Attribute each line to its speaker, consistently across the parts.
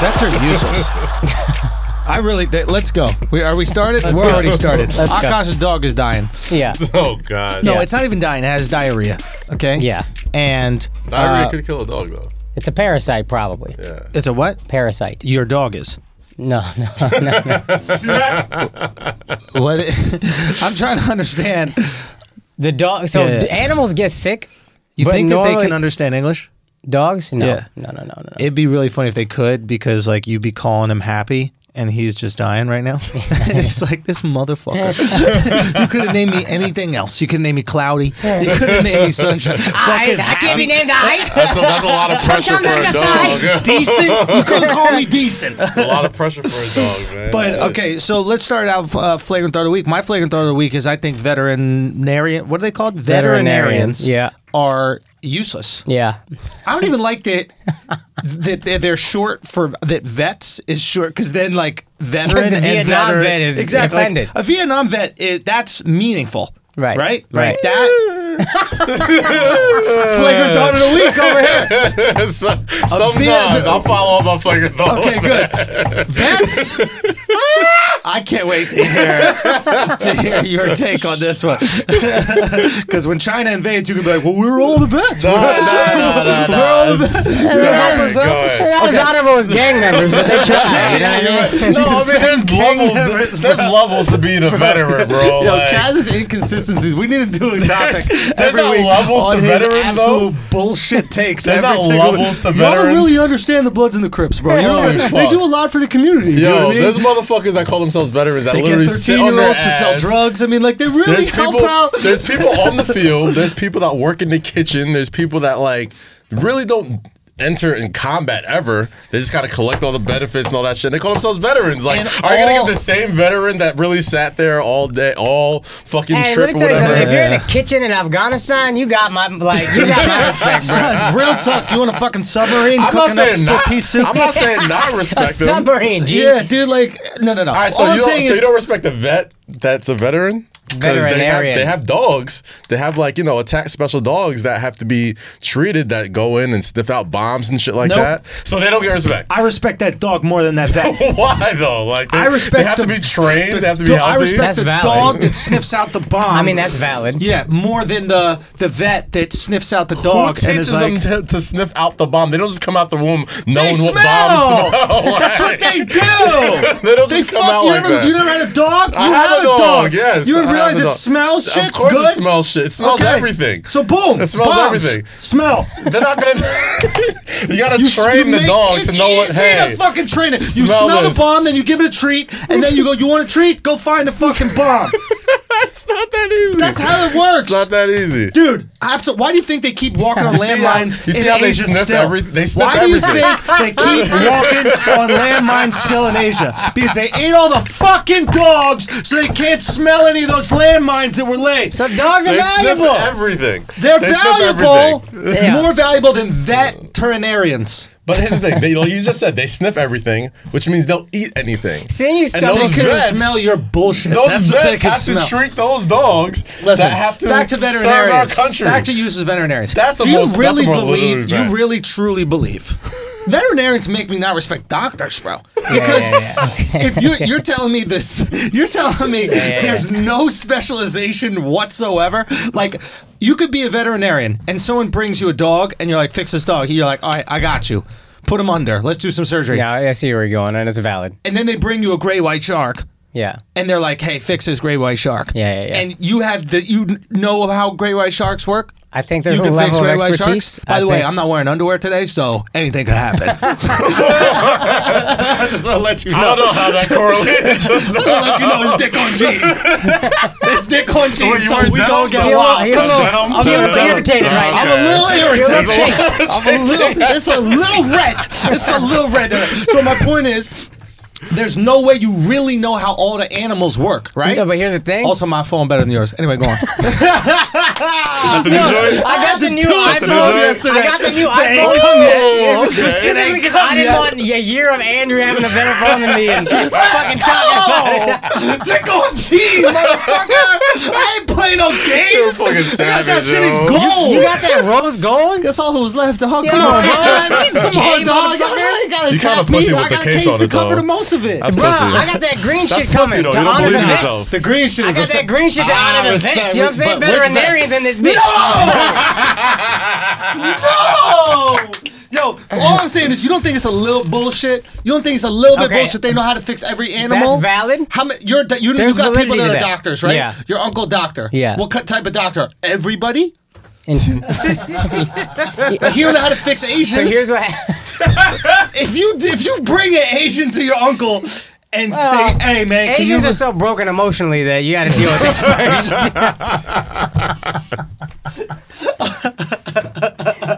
Speaker 1: Vets are useless. I really. They, let's go. We, are we started? We're
Speaker 2: go.
Speaker 1: already started.
Speaker 2: Let's go.
Speaker 1: Akash's dog is dying.
Speaker 2: Yeah.
Speaker 3: Oh god.
Speaker 1: No,
Speaker 2: Yeah.
Speaker 1: it's not even dying. It has diarrhea. Okay.
Speaker 2: Yeah.
Speaker 1: And
Speaker 3: Diarrhea
Speaker 1: uh,
Speaker 3: could kill a dog though.
Speaker 2: It's a parasite, probably.
Speaker 3: Yeah.
Speaker 1: it's a what?
Speaker 2: Parasite.
Speaker 1: Your dog is.
Speaker 2: No, no, no, no.
Speaker 1: What? i- I'm trying to understand.
Speaker 2: The dog. So
Speaker 1: Yeah.
Speaker 2: d- animals get sick.
Speaker 1: You
Speaker 2: but
Speaker 1: think that they
Speaker 2: normally-
Speaker 1: can understand English?
Speaker 2: dogs? No.
Speaker 1: Yeah.
Speaker 2: no, no, no, no, no.
Speaker 1: It'd be really funny if they could because like you'd be calling him happy and he's just dying right now. it's like this motherfucker. you could have named me anything else. You could name me Cloudy. You could have named me Sunshine. Fucking happy.
Speaker 2: named I.
Speaker 3: That's a, that's a lot of pressure for
Speaker 2: Sometimes
Speaker 3: a
Speaker 2: I just
Speaker 3: dog. Yeah.
Speaker 1: decent. You could call me decent.
Speaker 3: It's a lot of pressure for a dog, man.
Speaker 1: But okay, so let's start out uh, flagrant thought of the week. My flagrant thought of the week is I think veterinarian. What are they called? Veterinarians.
Speaker 2: Yeah.
Speaker 1: Are useless.
Speaker 2: Yeah.
Speaker 1: I don't even like that. That they're- they're short for that vets is short because then like veteran
Speaker 2: The
Speaker 1: and
Speaker 2: Vietnam
Speaker 1: veteran-
Speaker 2: vet is
Speaker 1: exactly like,
Speaker 2: offended.
Speaker 1: a Vietnam vet is that's meaningful.
Speaker 2: Right,
Speaker 1: Right.
Speaker 2: right.
Speaker 1: Like that. Flagrant thought of the week over here.
Speaker 3: So- sometimes I'll follow up on fucking dog.
Speaker 1: Okay, good. Vets. Oh. I can't wait to hear to hear your take on this one. Because when China invades, you can be like, "Well, we're all the vets.
Speaker 3: No,
Speaker 1: We're all the vets.
Speaker 3: no, no,
Speaker 1: We're
Speaker 3: no.
Speaker 1: all the vets. You can help us out."
Speaker 3: God.
Speaker 2: Not as honorable as gang members, but they killed me. You know what I mean?
Speaker 3: No, I mean there's levels. There's levels to being a veteran, bro.
Speaker 1: Yo,
Speaker 3: like,
Speaker 1: Kaz's inconsistencies. We need to do a topic.
Speaker 3: There's- there's
Speaker 1: every
Speaker 3: not
Speaker 1: week
Speaker 3: levels to
Speaker 1: on his
Speaker 3: veterans, though?
Speaker 1: absolute bullshit takes.
Speaker 3: There's
Speaker 1: every
Speaker 3: not
Speaker 1: single week.
Speaker 3: levels to
Speaker 1: Y'all don't
Speaker 3: veterans?
Speaker 1: really understand the Bloods and the Crips, bro. You know,
Speaker 3: Holy
Speaker 1: they
Speaker 3: fuck.
Speaker 1: do a lot for the community. you
Speaker 3: yo,
Speaker 1: know what I mean?
Speaker 3: there's motherfuckers that call themselves veterans that
Speaker 1: They get
Speaker 3: literally sit
Speaker 1: 13
Speaker 3: on
Speaker 1: year
Speaker 3: their
Speaker 1: olds to sell
Speaker 3: ass.
Speaker 1: drugs. I mean, like, they really
Speaker 3: There's
Speaker 1: help
Speaker 3: people.
Speaker 1: out.
Speaker 3: There's people on the field. There's people that work in the kitchen. There's people that like really don't enter in combat ever. They just gotta collect all the benefits and all that shit. They call themselves veterans. Like,
Speaker 1: And
Speaker 3: are you gonna
Speaker 1: all-
Speaker 3: get the same veteran that really sat there all day, all fucking
Speaker 2: Hey,
Speaker 3: trip
Speaker 2: let
Speaker 3: or
Speaker 2: me tell you something. If
Speaker 3: whatever?
Speaker 2: you're in the kitchen in Afghanistan, you got my like, you got my respect, bro.
Speaker 1: Son, real talk. You want a fucking submarine?
Speaker 3: I'm not
Speaker 1: cooking up
Speaker 3: saying
Speaker 1: split
Speaker 3: not.
Speaker 1: pea soup?
Speaker 3: I'm not saying not respect them.
Speaker 2: Submarine, G.
Speaker 1: yeah, dude. Like, no, no, no.
Speaker 3: All right, so,
Speaker 1: All I'm
Speaker 3: you don't,
Speaker 1: saying
Speaker 3: so
Speaker 1: is,
Speaker 3: you don't respect the vet that's a veteran? Because they have,
Speaker 2: Veterinarian.
Speaker 3: they have dogs. They have, like, you know, attack special dogs that have to be treated that go in and sniff out bombs and shit like
Speaker 1: Nope.
Speaker 3: that. So they don't get respect.
Speaker 1: I respect that dog more than that vet.
Speaker 3: Why, though? Like, they,
Speaker 1: I respect
Speaker 3: they have
Speaker 1: the-
Speaker 3: to be trained.
Speaker 1: the-
Speaker 3: they have to be
Speaker 1: the-
Speaker 3: healthy.
Speaker 1: I respect
Speaker 2: That's
Speaker 1: the
Speaker 2: valid.
Speaker 1: dog that sniffs out the bomb.
Speaker 2: I mean, that's valid.
Speaker 1: yeah, more than the the vet that sniffs out the
Speaker 3: Who
Speaker 1: dog and
Speaker 3: teaches
Speaker 1: is like,
Speaker 3: them to, to sniff out the bomb? They don't just come out the womb
Speaker 1: they
Speaker 3: knowing
Speaker 1: smell.
Speaker 3: what bombs smell.
Speaker 1: That's what
Speaker 3: Like,
Speaker 1: they do.
Speaker 3: They don't just come
Speaker 1: fuck-
Speaker 3: out
Speaker 1: you
Speaker 3: like
Speaker 1: ever,
Speaker 3: that.
Speaker 1: You never had a dog? You
Speaker 3: I have, a dog, yes.
Speaker 1: You
Speaker 3: I
Speaker 1: didn't
Speaker 3: have
Speaker 1: realize
Speaker 3: a
Speaker 1: it
Speaker 3: dog.
Speaker 1: smells shit?
Speaker 3: Of course
Speaker 1: Good?
Speaker 3: it smells shit. It smells
Speaker 1: Okay.
Speaker 3: everything.
Speaker 1: So boom.
Speaker 3: It smells
Speaker 1: bombs.
Speaker 3: everything.
Speaker 1: Smell.
Speaker 3: They're not gonna. you gotta
Speaker 1: You
Speaker 3: train
Speaker 1: you
Speaker 3: the
Speaker 1: make-
Speaker 3: dog
Speaker 1: it's
Speaker 3: to know what.
Speaker 1: easy
Speaker 3: Hey,
Speaker 1: to fucking train it. You smell,
Speaker 3: smell
Speaker 1: the
Speaker 3: this.
Speaker 1: bomb, then you give it a treat, and then you go. You want a treat? Go find the fucking bomb.
Speaker 3: it's not that easy.
Speaker 1: That's how it works.
Speaker 3: It's not that easy.
Speaker 1: Dude, absolutely. Why do you think they keep walking on
Speaker 2: You see
Speaker 3: how-
Speaker 1: landmines?
Speaker 3: you see
Speaker 1: in
Speaker 3: how they
Speaker 1: Asia
Speaker 3: sniff
Speaker 1: still?
Speaker 3: every- they sniff
Speaker 1: Why do you
Speaker 3: everything.
Speaker 1: think they keep walking on landmines still in Asia? Because they ate all the fucking dogs, so they can't smell any of those landmines that were laid.
Speaker 2: So dogs are
Speaker 3: They sniff
Speaker 2: valuable.
Speaker 3: everything.
Speaker 1: They're
Speaker 3: They sniff
Speaker 1: valuable,
Speaker 3: everything.
Speaker 2: Yeah.
Speaker 1: more valuable than veterinarians.
Speaker 3: But here's the thing. They, like you just said they sniff everything, which means they'll eat anything.
Speaker 2: Seeing you stop
Speaker 1: They
Speaker 3: those
Speaker 1: can
Speaker 3: vets-
Speaker 1: smell your bullshit.
Speaker 3: Those
Speaker 1: That's what they
Speaker 3: vets
Speaker 1: can
Speaker 3: have
Speaker 1: smell.
Speaker 3: to treat those dogs
Speaker 1: Listen,
Speaker 3: that have to,
Speaker 1: back to
Speaker 3: serve our
Speaker 1: veterinarians.
Speaker 3: country.
Speaker 1: Back to use as veterinarians.
Speaker 3: That's a
Speaker 1: Do you
Speaker 3: most- that's
Speaker 1: really
Speaker 3: a more
Speaker 1: believe?
Speaker 3: literary
Speaker 1: You
Speaker 3: fact.
Speaker 1: really truly believe? veterinarians make me not respect doctors, bro. Because
Speaker 2: yeah, yeah.
Speaker 1: if you're, you're telling me this, you're telling me
Speaker 2: yeah,
Speaker 1: there's no specialization whatsoever. Like. You could be a veterinarian, and someone brings you a dog, and you're like, "Fix this dog." You're like, "All right, I got you. Put him under. Let's do some surgery."
Speaker 2: Yeah, I see where you're going, and it's valid.
Speaker 1: And then they bring you a gray white shark,
Speaker 2: Yeah.
Speaker 1: and they're like, "Hey, fix this gray white shark."
Speaker 2: Yeah, yeah, yeah.
Speaker 1: And you have the you kn- know how gray white sharks work.
Speaker 2: I think there's
Speaker 1: you
Speaker 2: a
Speaker 1: can fix
Speaker 2: level
Speaker 1: gray
Speaker 2: of
Speaker 1: white
Speaker 2: expertise.
Speaker 1: sharks. By
Speaker 2: I
Speaker 1: the way,
Speaker 2: think-
Speaker 1: I'm not wearing underwear today, so anything could happen.
Speaker 3: I just want to let you know. I don't know how that correlated. just now.
Speaker 1: Unless you know it's dick on jean. it's dick on jean,
Speaker 3: Well, you
Speaker 1: so
Speaker 3: wear
Speaker 1: we
Speaker 3: denim,
Speaker 1: don't get
Speaker 3: so-
Speaker 2: You're a little-
Speaker 1: wild.
Speaker 2: you're a little-
Speaker 3: Venom?
Speaker 2: I'm a little
Speaker 3: Venom.
Speaker 2: irritated right
Speaker 1: I'm
Speaker 2: now.
Speaker 1: a little
Speaker 2: You're a
Speaker 1: irritated.
Speaker 2: little shaky.
Speaker 1: I'm a little. It's a little red. It's a little red. So my point is, There's no way you really know how all the animals work, right?
Speaker 2: No, but here's the thing.
Speaker 1: also, my phone better than yours. Anyway, go on.
Speaker 4: Anthony Joy?
Speaker 2: I got the new
Speaker 1: I
Speaker 2: iPhone.
Speaker 1: told you
Speaker 2: I got the new iPhone.
Speaker 3: Oh,
Speaker 2: Specifically
Speaker 3: okay.
Speaker 2: because I didn't want a year of Andrew having a better phone than me and fucking talking about it.
Speaker 1: Tickle G, motherfucker! I ain't playing no
Speaker 3: You're
Speaker 1: games.
Speaker 3: fucking
Speaker 1: I got that
Speaker 3: savage,
Speaker 1: shit
Speaker 3: yo.
Speaker 1: in gold.
Speaker 2: You got that rose gold?
Speaker 1: That's all who's left, dog.
Speaker 2: Yeah,
Speaker 1: come on,
Speaker 2: man.
Speaker 1: dog. Come on,
Speaker 2: Game
Speaker 1: dog.
Speaker 2: over.
Speaker 1: Y'all ain't gotta
Speaker 3: You kinda
Speaker 1: attack
Speaker 3: pussy
Speaker 1: me. I
Speaker 3: with the
Speaker 1: got a
Speaker 3: case
Speaker 1: case
Speaker 3: on
Speaker 1: to
Speaker 3: it,
Speaker 1: cover
Speaker 3: though.
Speaker 1: the most of it.
Speaker 3: That's
Speaker 1: Bruh,
Speaker 2: Bro,
Speaker 3: pussy.
Speaker 2: I got that green
Speaker 3: That's
Speaker 2: shit coming
Speaker 3: pussy, though.
Speaker 2: to
Speaker 3: You don't
Speaker 2: honor the
Speaker 3: believe in
Speaker 2: vets.
Speaker 3: yourself.
Speaker 1: The green shit.
Speaker 2: I
Speaker 1: is
Speaker 2: got
Speaker 1: what's
Speaker 2: that
Speaker 1: up.
Speaker 2: green shit to
Speaker 1: Ah,
Speaker 2: honor the
Speaker 1: respect,
Speaker 2: vets. You know what I'm saying?
Speaker 1: respect. Where's that?
Speaker 2: Veterinarians in this bitch.
Speaker 1: No! Yo, all I'm saying is you don't think it's a little bullshit. You don't think it's a little bit
Speaker 2: Okay.
Speaker 1: bullshit. They know how to fix every animal.
Speaker 2: valid.
Speaker 1: How many? You're you, you
Speaker 2: There's
Speaker 1: got people that
Speaker 2: validity to
Speaker 1: are
Speaker 2: that.
Speaker 1: doctors, right?
Speaker 2: Yeah.
Speaker 1: Your uncle doctor.
Speaker 2: Yeah.
Speaker 1: What cut- type of doctor? Everybody.
Speaker 2: And
Speaker 1: He don't know how to fix Asians.
Speaker 2: so here's what happened.
Speaker 1: if you if you bring an Asian to your uncle and
Speaker 2: Well,
Speaker 1: say, "Hey man, can you
Speaker 2: Asians are so broken emotionally that you got to deal with this first.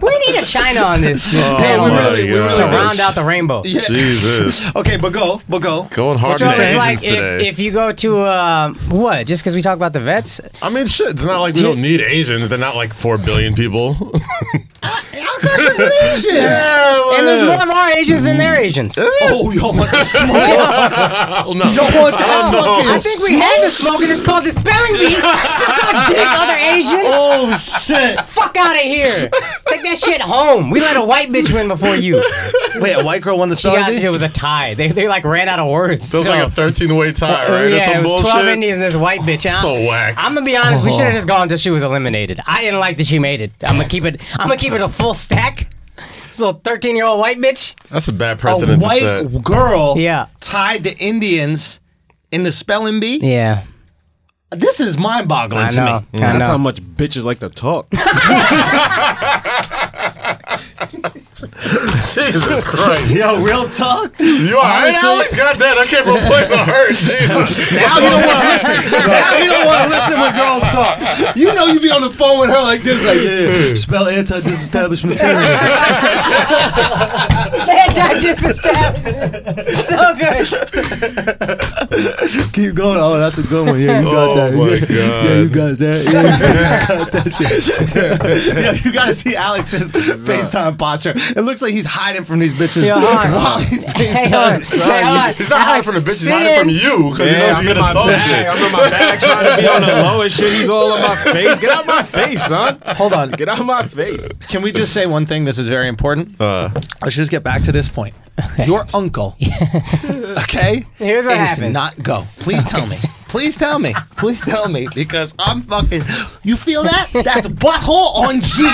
Speaker 2: we need a China on this, this
Speaker 3: Oh
Speaker 2: panel
Speaker 1: we
Speaker 2: bro,
Speaker 1: really- we really
Speaker 2: to
Speaker 1: do.
Speaker 2: round out the rainbow.
Speaker 1: Yeah.
Speaker 3: Jesus.
Speaker 1: okay, but go, but go."
Speaker 3: Going hard
Speaker 2: So
Speaker 3: on
Speaker 2: it's
Speaker 3: Asians
Speaker 2: like
Speaker 3: today.
Speaker 2: if, if you go to um, what just because we talk about the vets,
Speaker 3: I mean, shit. It's not like we don't need Asians. They're not like four billion people.
Speaker 1: How come she's an Asian?
Speaker 2: and there's more and more Asians than there Asians.
Speaker 1: Oh, y'all want the smoke?
Speaker 3: Oh, no.
Speaker 1: Y'all want that
Speaker 3: no.
Speaker 1: fucking
Speaker 2: I think we had the smoke, and it's called dispelling bee. Suck our dick, other Asians.
Speaker 1: Oh shit!
Speaker 2: Fuck out of here. Take that shit home. We let a white bitch win before you.
Speaker 1: Wait, a white girl won the
Speaker 2: She
Speaker 1: star.
Speaker 2: got,
Speaker 1: Bee?
Speaker 2: it was a tie. They, they like ran out of words.
Speaker 3: Feels
Speaker 2: so-
Speaker 3: like a 13 way tie, right? Or
Speaker 2: yeah,
Speaker 3: some
Speaker 2: it was
Speaker 3: bullshit.
Speaker 2: 12 Indians and this white bitch. And I-
Speaker 3: So whack.
Speaker 2: I'm gonna be honest. We should have just gone until she was eliminated. I didn't like that she made it. I'm gonna keep it. I'm gonna keep it a full stack. So 13 year old white bitch.
Speaker 3: That's a bad
Speaker 1: a
Speaker 3: precedent to set.
Speaker 1: white girl
Speaker 2: Yeah.
Speaker 1: tied to Indians in the spelling bee.
Speaker 2: Yeah,
Speaker 1: This is mind boggling
Speaker 2: I
Speaker 1: to
Speaker 2: know.
Speaker 1: me.
Speaker 2: I
Speaker 4: That's how
Speaker 2: know.
Speaker 4: much bitches like to talk.
Speaker 3: Jesus Christ.
Speaker 1: Yo, real talk. Now you
Speaker 3: You all right, Alex? Goddamn, I came from a place of hurt. Jesus.
Speaker 1: don't want to listen. Now you don't want to listen when girls talk. You know you be on the phone with her like this, like yeah. Spell anti-disestablishment terrorism.
Speaker 2: Anti-disestablishment. so good.
Speaker 1: Keep going. Oh, that's a good one. Yeah, you got
Speaker 3: Oh
Speaker 1: that.
Speaker 3: my
Speaker 1: yeah.
Speaker 3: God.
Speaker 1: yeah, you got that. Yeah, you got that shit. yeah, you gotta see Alex's FaceTime posture. It looks like he's hiding from these bitches
Speaker 2: Yo, hon.
Speaker 1: while he's
Speaker 2: Hey, hon.
Speaker 1: FaceTime.
Speaker 2: Hey, hon.
Speaker 3: He's not hiding
Speaker 2: Alex,
Speaker 3: from the bitch. He's
Speaker 2: sit
Speaker 3: hiding from
Speaker 2: in.
Speaker 3: you because
Speaker 4: Yeah,
Speaker 3: he knows
Speaker 4: I'm
Speaker 3: you're
Speaker 4: in my
Speaker 3: gonna talk
Speaker 4: bag.
Speaker 3: shit.
Speaker 4: I'm in my bag trying to be on the lowest shit. He's all in my face. Get out my face, son.
Speaker 1: Hold on.
Speaker 4: Get out my face.
Speaker 1: Can we just say one thing? This is very important.
Speaker 3: Uh,
Speaker 1: Let's just get back to this point. Your uncle, okay,
Speaker 2: Here's what
Speaker 1: is
Speaker 2: happens.
Speaker 1: not go. Please tell me. Please tell me. Please tell me because I'm fucking. You feel that? That's butthole on jean.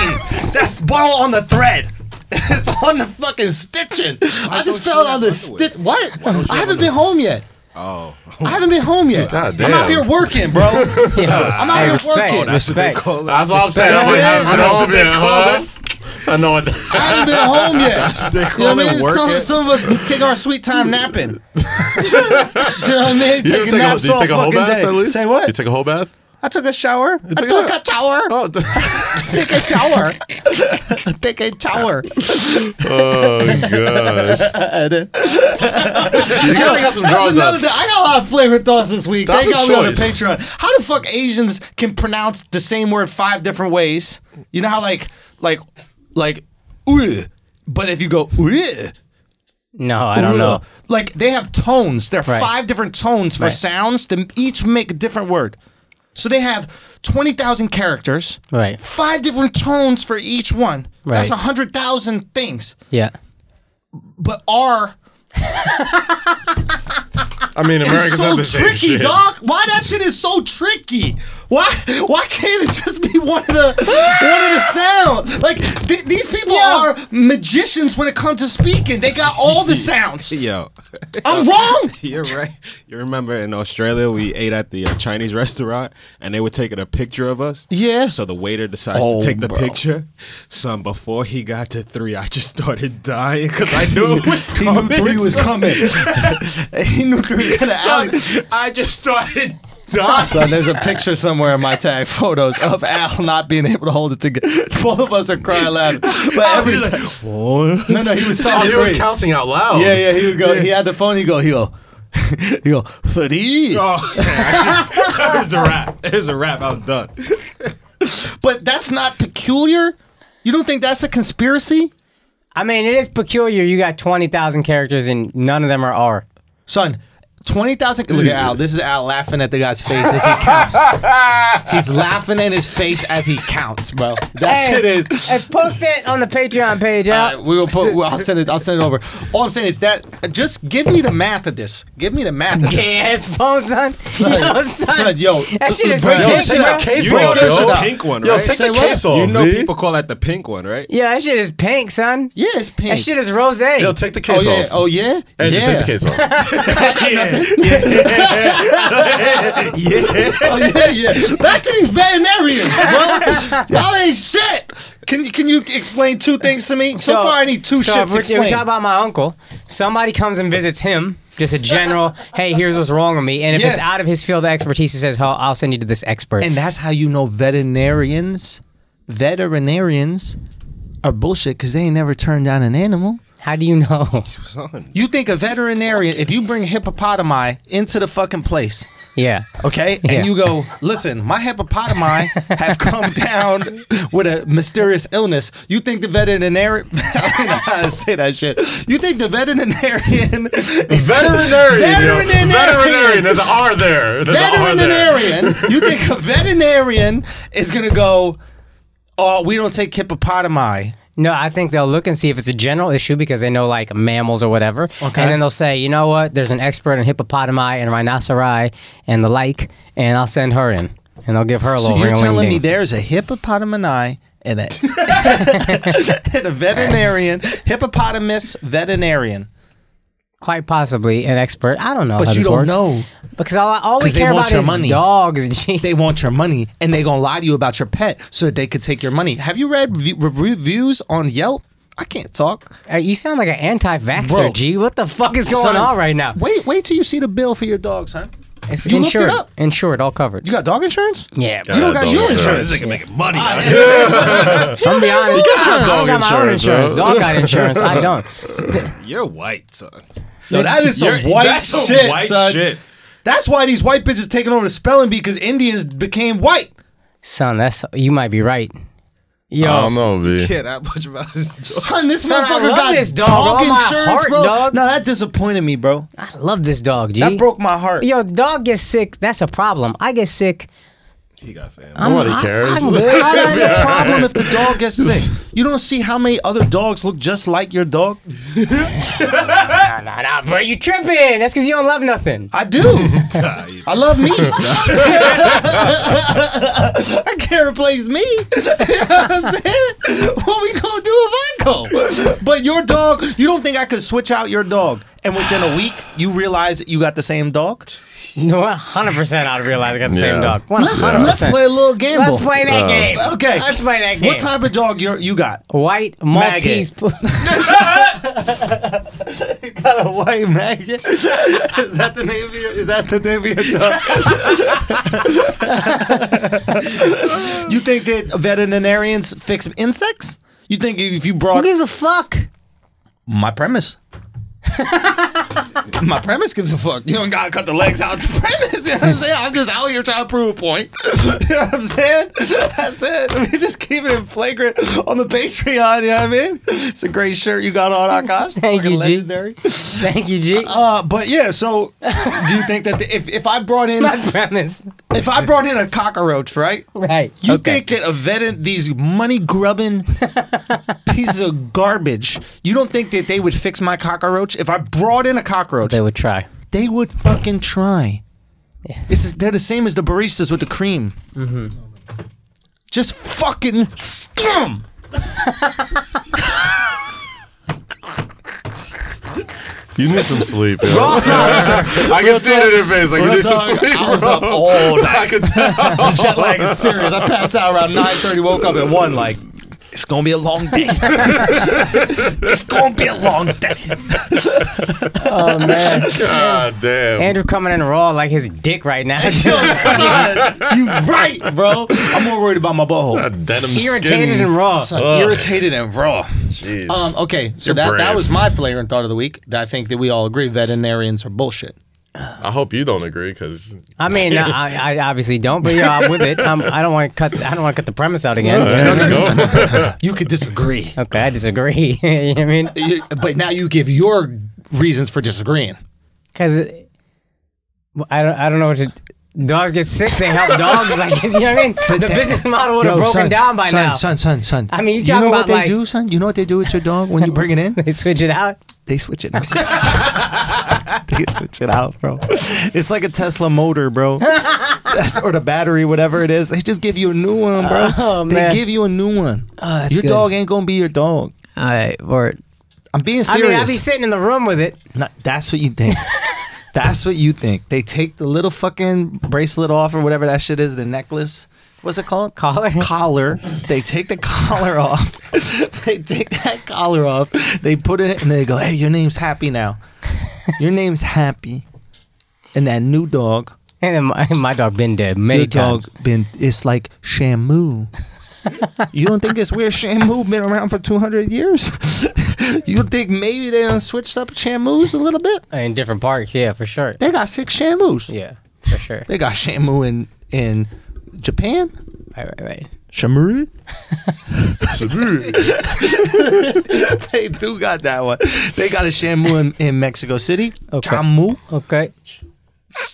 Speaker 1: That's butthole on the thread. It's on the fucking stitching. I just
Speaker 4: don't you
Speaker 1: fell
Speaker 4: have
Speaker 1: on the
Speaker 4: underwear?
Speaker 1: stitch. What?
Speaker 4: you
Speaker 1: I
Speaker 4: have
Speaker 1: haven't been home yet.
Speaker 4: Oh.
Speaker 1: I haven't been home yet.
Speaker 3: God
Speaker 1: I'm out here
Speaker 3: damn.
Speaker 1: working, bro. I'm out
Speaker 2: Hey,
Speaker 1: here
Speaker 2: respect.
Speaker 1: working.
Speaker 2: That's what they
Speaker 4: They call it.
Speaker 3: that's what I'm saying. I'm like, I haven't been home yet, huh? I know what.
Speaker 1: I haven't been home yet.
Speaker 4: They
Speaker 1: You know
Speaker 4: call
Speaker 1: what I mean?
Speaker 4: it
Speaker 1: Some,
Speaker 4: working.
Speaker 1: some of us take our sweet time napping. Do you know what I mean?
Speaker 3: You ever
Speaker 1: Taking
Speaker 3: take a,
Speaker 1: naps
Speaker 3: do you
Speaker 1: all
Speaker 3: take a whole
Speaker 1: fucking
Speaker 3: bath
Speaker 1: day.
Speaker 3: at least?
Speaker 1: Say what?
Speaker 3: You take a whole bath?
Speaker 1: I took a shower. I
Speaker 3: take
Speaker 1: took
Speaker 3: a-
Speaker 1: a shower.
Speaker 3: Oh,
Speaker 1: Take a shower. take a shower.
Speaker 3: oh gosh. you gotta got some
Speaker 1: That's
Speaker 3: draws
Speaker 1: another
Speaker 3: though.
Speaker 1: thing. I got a lot of flavor thoughts this week.
Speaker 3: That's
Speaker 1: they
Speaker 3: a
Speaker 1: got me on the
Speaker 3: choice.
Speaker 1: Patreon. How the fuck Asians can pronounce the same word five different ways? You know how like like like "Ugh," but if you go "Ugh,"
Speaker 2: No, I don't know.
Speaker 1: Like they have tones. There are
Speaker 2: Right.
Speaker 1: five different tones for
Speaker 2: Right.
Speaker 1: sounds that each make a different word. So they have twenty thousand characters.
Speaker 2: Right.
Speaker 1: Five different tones for each one. That's
Speaker 2: Right.
Speaker 1: hundred thousand things.
Speaker 2: Yeah.
Speaker 1: But R
Speaker 3: I mean, Americans
Speaker 1: is
Speaker 3: have
Speaker 1: so
Speaker 3: the same
Speaker 1: tricky,
Speaker 3: shit.
Speaker 1: dog. Why that shit is so tricky? Why why can't it just be one of the one of the sound? Like th- these people
Speaker 2: Yeah.
Speaker 1: are magicians when it comes to speaking. They got all the sounds.
Speaker 4: Yo,
Speaker 1: I'm wrong.
Speaker 4: you're right. You remember in Australia we ate at the uh, Chinese restaurant and they were taking a picture of us.
Speaker 1: Yeah.
Speaker 4: So the waiter decides
Speaker 1: Oh,
Speaker 4: to take the
Speaker 1: bro.
Speaker 4: picture. Son, before he got to three, I just started dying because I knew it was
Speaker 1: He
Speaker 4: coming.
Speaker 1: knew three was
Speaker 4: son.
Speaker 1: coming. he knew three was gonna
Speaker 4: Son,
Speaker 1: out.
Speaker 4: I just started dying.
Speaker 1: Son, there's a picture somewhere in my tag photos of Al not being able to hold it together. Both of us are crying loud. But every
Speaker 4: just
Speaker 1: time, no, no, he was
Speaker 3: Oh,
Speaker 1: talking
Speaker 3: he was
Speaker 1: three.
Speaker 3: counting out loud.
Speaker 1: Yeah, yeah, he would go. He had the phone. He go. He go. you go thirty.
Speaker 4: Oh, it was a rap. It was a rap. I was done.
Speaker 1: But that's not peculiar. You don't think that's a conspiracy,
Speaker 2: I mean, it is peculiar. You got twenty thousand characters and none of them are R.
Speaker 1: son? Twenty thousand. Look at Al. This is Al laughing at the guy's face as he counts. He's laughing at his face as he counts, bro. That shit is.
Speaker 2: Hey, post it on the Patreon page.
Speaker 1: Uh,
Speaker 2: Al.
Speaker 1: we will put. I'll send it. I'll send it over. All I'm saying is that uh, just give me the math of this. Give me the math of
Speaker 2: Gay
Speaker 1: this.
Speaker 2: ass phone, son.
Speaker 1: Son,
Speaker 2: yo, son.
Speaker 1: son, yo,
Speaker 2: that shit is
Speaker 1: bro,
Speaker 3: Yo,
Speaker 1: Yo,
Speaker 2: ridiculous.
Speaker 3: take that
Speaker 2: bro.
Speaker 3: case
Speaker 4: You
Speaker 3: off,
Speaker 4: know
Speaker 3: yo.
Speaker 4: the pink one,
Speaker 3: Yo,
Speaker 4: right?
Speaker 3: take
Speaker 1: Say
Speaker 3: the
Speaker 1: what?
Speaker 3: case off,
Speaker 4: you know
Speaker 3: B.
Speaker 4: people call that the pink one, right?
Speaker 2: Yeah, that shit is pink, son.
Speaker 1: Yeah, it's pink.
Speaker 2: That shit is rose.
Speaker 3: Yo, take the
Speaker 1: oh
Speaker 3: case
Speaker 1: yeah.
Speaker 3: off.
Speaker 1: Oh yeah.
Speaker 3: Andrew,
Speaker 1: yeah.
Speaker 3: take the case off.
Speaker 4: yeah. yeah. yeah.
Speaker 1: Oh yeah, yeah. Back to these veterinarians, bro. Y'all ain't shit. Can you can you explain two things to me? So, far, I need two
Speaker 2: so
Speaker 1: shits
Speaker 2: if we're, if we
Speaker 1: explained.
Speaker 2: talk about my uncle. Somebody comes and visits him. Just a general, hey, here's what's wrong with me. And if it's
Speaker 1: Yeah.
Speaker 2: out of his field of expertise, he says, oh, I'll send you to this expert.
Speaker 1: and that's how you know veterinarians, veterinarians, are bullshit because they ain't never turned down an animal.
Speaker 2: How do you know?
Speaker 1: You think a veterinarian, if you bring hippopotami into the fucking place,
Speaker 2: yeah.
Speaker 1: okay,
Speaker 2: Yeah.
Speaker 1: and you go, listen, my hippopotami have come down with a mysterious illness. You think the veterinarian? I say that shit. You think the veterinarian? is-
Speaker 3: Veterinarian. yo.
Speaker 1: Veterinarian.
Speaker 3: Veterinarian. There's an R there. There's an R there.
Speaker 1: veterinarian? you think a veterinarian is gonna go? Oh, we don't take hippopotami.
Speaker 2: No, I think they'll look and see if it's a general issue because they know like mammals or whatever.
Speaker 1: Okay.
Speaker 2: And then they'll say, you know what? There's an expert in hippopotami and rhinoceri and the like, and I'll send her in. And I'll give her a
Speaker 1: So
Speaker 2: little
Speaker 1: you're
Speaker 2: ring
Speaker 1: telling me
Speaker 2: ring
Speaker 1: there's a hippopotami and a, and a veterinarian, hippopotamus veterinarian.
Speaker 2: Quite possibly an expert. I don't know.
Speaker 1: But
Speaker 2: how
Speaker 1: you
Speaker 2: this
Speaker 1: don't
Speaker 2: works.
Speaker 1: know.
Speaker 2: Because all, I- all we
Speaker 1: 'Cause they
Speaker 2: care
Speaker 1: want
Speaker 2: about
Speaker 1: your
Speaker 2: is
Speaker 1: money.
Speaker 2: dogs. G.
Speaker 1: They want your money and they gonna lie to you about your pet so that they could take your money. Have you read re- re- reviews on Yelp? I can't talk.
Speaker 2: Uh, you sound like an
Speaker 1: Bro.
Speaker 2: anti-vaxxer, G. What the fuck is going
Speaker 1: Son,
Speaker 2: on right now?
Speaker 1: Wait, wait till you see the bill for your dog, son.
Speaker 2: It's
Speaker 1: you looked it
Speaker 2: insured.
Speaker 1: up.
Speaker 2: Insured, all covered.
Speaker 1: You got dog insurance?
Speaker 2: yeah,
Speaker 1: You don't
Speaker 3: Yeah,
Speaker 1: got
Speaker 3: dog
Speaker 1: your
Speaker 3: insurance.
Speaker 1: insurance.
Speaker 4: This nigga making money out here.
Speaker 2: I'm be honest.
Speaker 3: got
Speaker 2: I don't got my own insurance.
Speaker 3: insurance, bro.
Speaker 2: Dog got insurance. I don't.
Speaker 4: You're white, son.
Speaker 1: Yo, that is some
Speaker 4: You're-
Speaker 1: white
Speaker 4: that's some
Speaker 1: shit,
Speaker 4: white
Speaker 1: son.
Speaker 4: shit.
Speaker 1: That's why these white bitches taking over the spelling bee because Indians became white.
Speaker 2: Son, that's you might be right. Yo,
Speaker 3: I don't know, B.
Speaker 4: Yeah, that much about this. dog.
Speaker 1: Son, this
Speaker 2: Son, I
Speaker 1: motherfucker
Speaker 2: love
Speaker 1: got
Speaker 2: this dog,
Speaker 1: dog
Speaker 2: all my
Speaker 1: insurance,
Speaker 2: heart,
Speaker 1: bro.
Speaker 2: dog.
Speaker 1: No, that disappointed me, bro.
Speaker 2: I love this dog, G.
Speaker 1: That broke my heart.
Speaker 2: Yo, dog gets sick. That's a problem. I get sick.
Speaker 4: He got family.
Speaker 3: Nobody
Speaker 2: I-
Speaker 3: cares.
Speaker 2: I'm good.
Speaker 1: How that's a problem if the dog gets sick? You don't see how many other dogs look just like your dog?
Speaker 2: nah, nah, nah, bro. You tripping? That's because you don't love nothing.
Speaker 1: I do. I love me. I can't replace me. you know what I'm saying? What we gonna do if I go? But your dog, you don't think I could switch out your dog? And within a week, you realize that you got the same dog.
Speaker 2: No, 100. percent I'd realize I got the same
Speaker 3: Yeah. Uh,
Speaker 2: dog.
Speaker 1: Let's,
Speaker 2: 100.
Speaker 1: let's
Speaker 2: percent
Speaker 1: play a little gamble.
Speaker 2: Let's play that game.
Speaker 1: Okay.
Speaker 2: Let's play that game.
Speaker 1: What type of dog you you got?
Speaker 2: White Maltese.
Speaker 1: Got a white maggot. is that the name of your? Is that the name of your dog? you think that veterinarians fix insects? You think if you
Speaker 2: Who
Speaker 1: brought
Speaker 2: gives a fuck?
Speaker 1: my premise? My premise gives a fuck. You don't gotta cut the legs out the premise. You know what I'm saying? I'm just out here trying to prove a point. you know what I'm saying? That's it. We just keep it in flagrant on the Patreon. You know what I mean? It's a great shirt you got on, Akash.
Speaker 2: Thank you,
Speaker 1: Fucking
Speaker 2: G.
Speaker 1: legendary.
Speaker 2: Thank you, G.
Speaker 1: Uh, but yeah, so do you think that the, if if I brought in
Speaker 2: My premise.
Speaker 1: if I brought in a cockroach, right?
Speaker 2: Right.
Speaker 1: You
Speaker 2: Okay.
Speaker 1: think that a vet these money grubbing pieces of garbage, you don't think that they would fix my cockroach? If I brought in a cockroach,
Speaker 2: they would try?
Speaker 1: they would fucking try. This is they're the same as the baristas with the cream.
Speaker 2: Mm-hmm.
Speaker 1: Just fucking scum.
Speaker 3: You need some sleep. yo.
Speaker 1: Raw talk.
Speaker 3: I can see it in your face. Like, you
Speaker 1: Real
Speaker 3: need some
Speaker 1: talk,
Speaker 3: sleep.
Speaker 1: I was
Speaker 3: bro.
Speaker 1: up all night.
Speaker 3: I could tell.
Speaker 1: jet lag is serious. I passed out around nine thirty. Woke up at one. Like it's gonna be a long day. it's gonna be a long day.
Speaker 2: Oh man.
Speaker 3: God damn.
Speaker 2: Andrew coming in raw like his dick right now.
Speaker 1: Yo, son, you right, bro. I'm more worried about my butthole.
Speaker 3: That denim
Speaker 2: Irritated
Speaker 3: skin.
Speaker 2: and raw.
Speaker 1: Son, irritated and raw.
Speaker 3: Jeez.
Speaker 1: Um, okay, so
Speaker 3: You're
Speaker 1: that, that
Speaker 3: brave.
Speaker 1: was my flagrant thought of the week. I think that we all agree veterinarians are bullshit.
Speaker 3: I hope you don't agree because
Speaker 2: I mean, I, I obviously don't, but yeah, I'm with it. I'm, I don't want to cut. I don't want to cut the premise out again.
Speaker 1: You could disagree,
Speaker 2: Okay, I disagree. you know what I mean?
Speaker 1: You- but now you give your reasons for disagreeing.
Speaker 2: Because I don't, I don't know what to. Dogs get sick, they help dogs. Like, you know what I mean? the business model would have
Speaker 1: Yo,
Speaker 2: broken
Speaker 1: son,
Speaker 2: down by
Speaker 1: son,
Speaker 2: now.
Speaker 1: Son, son, son.
Speaker 2: I mean, you
Speaker 1: you
Speaker 2: talking
Speaker 1: know
Speaker 2: about,
Speaker 1: what they
Speaker 2: like-
Speaker 1: do, son? You know what they do with your dog when you bring it in?
Speaker 2: They switch it out.
Speaker 1: They switch it out. they switch it out, bro. It's like a Tesla motor, bro. That's, or the battery, whatever it is. They just give you a new one, bro.
Speaker 2: Oh,
Speaker 1: they
Speaker 2: man.
Speaker 1: give you a new one.
Speaker 2: Oh, that's
Speaker 1: your
Speaker 2: good.
Speaker 1: dog ain't gonna be your dog.
Speaker 2: All right, word.
Speaker 1: I'm being
Speaker 2: I
Speaker 1: serious.
Speaker 2: mean, I'd be sitting in the room with it.
Speaker 1: No, that's what you think. that's what you think. They take the little fucking bracelet off or whatever that shit is, the necklace. What's it called?
Speaker 2: Collar?
Speaker 1: Collar. They take the collar off. they take that collar off. They put it and they go, hey, your name's Happy now. Your name's Happy. And that new dog,
Speaker 2: And then my, my dog been dead many
Speaker 1: your dog
Speaker 2: times.
Speaker 1: been, it's like Shamu. you don't think it's weird Shamu been around for 200 years? you think maybe they done switched up Shamu's a little bit?
Speaker 2: In different parks, yeah, for sure.
Speaker 1: They got six Shamus.
Speaker 2: Yeah, for sure.
Speaker 1: They got Shamu in in Japan.
Speaker 2: Right, right, right.
Speaker 1: Shamu. They do got that one. They got a Shamu in, in Mexico City.
Speaker 2: Okay.
Speaker 1: Chamu.
Speaker 2: Okay.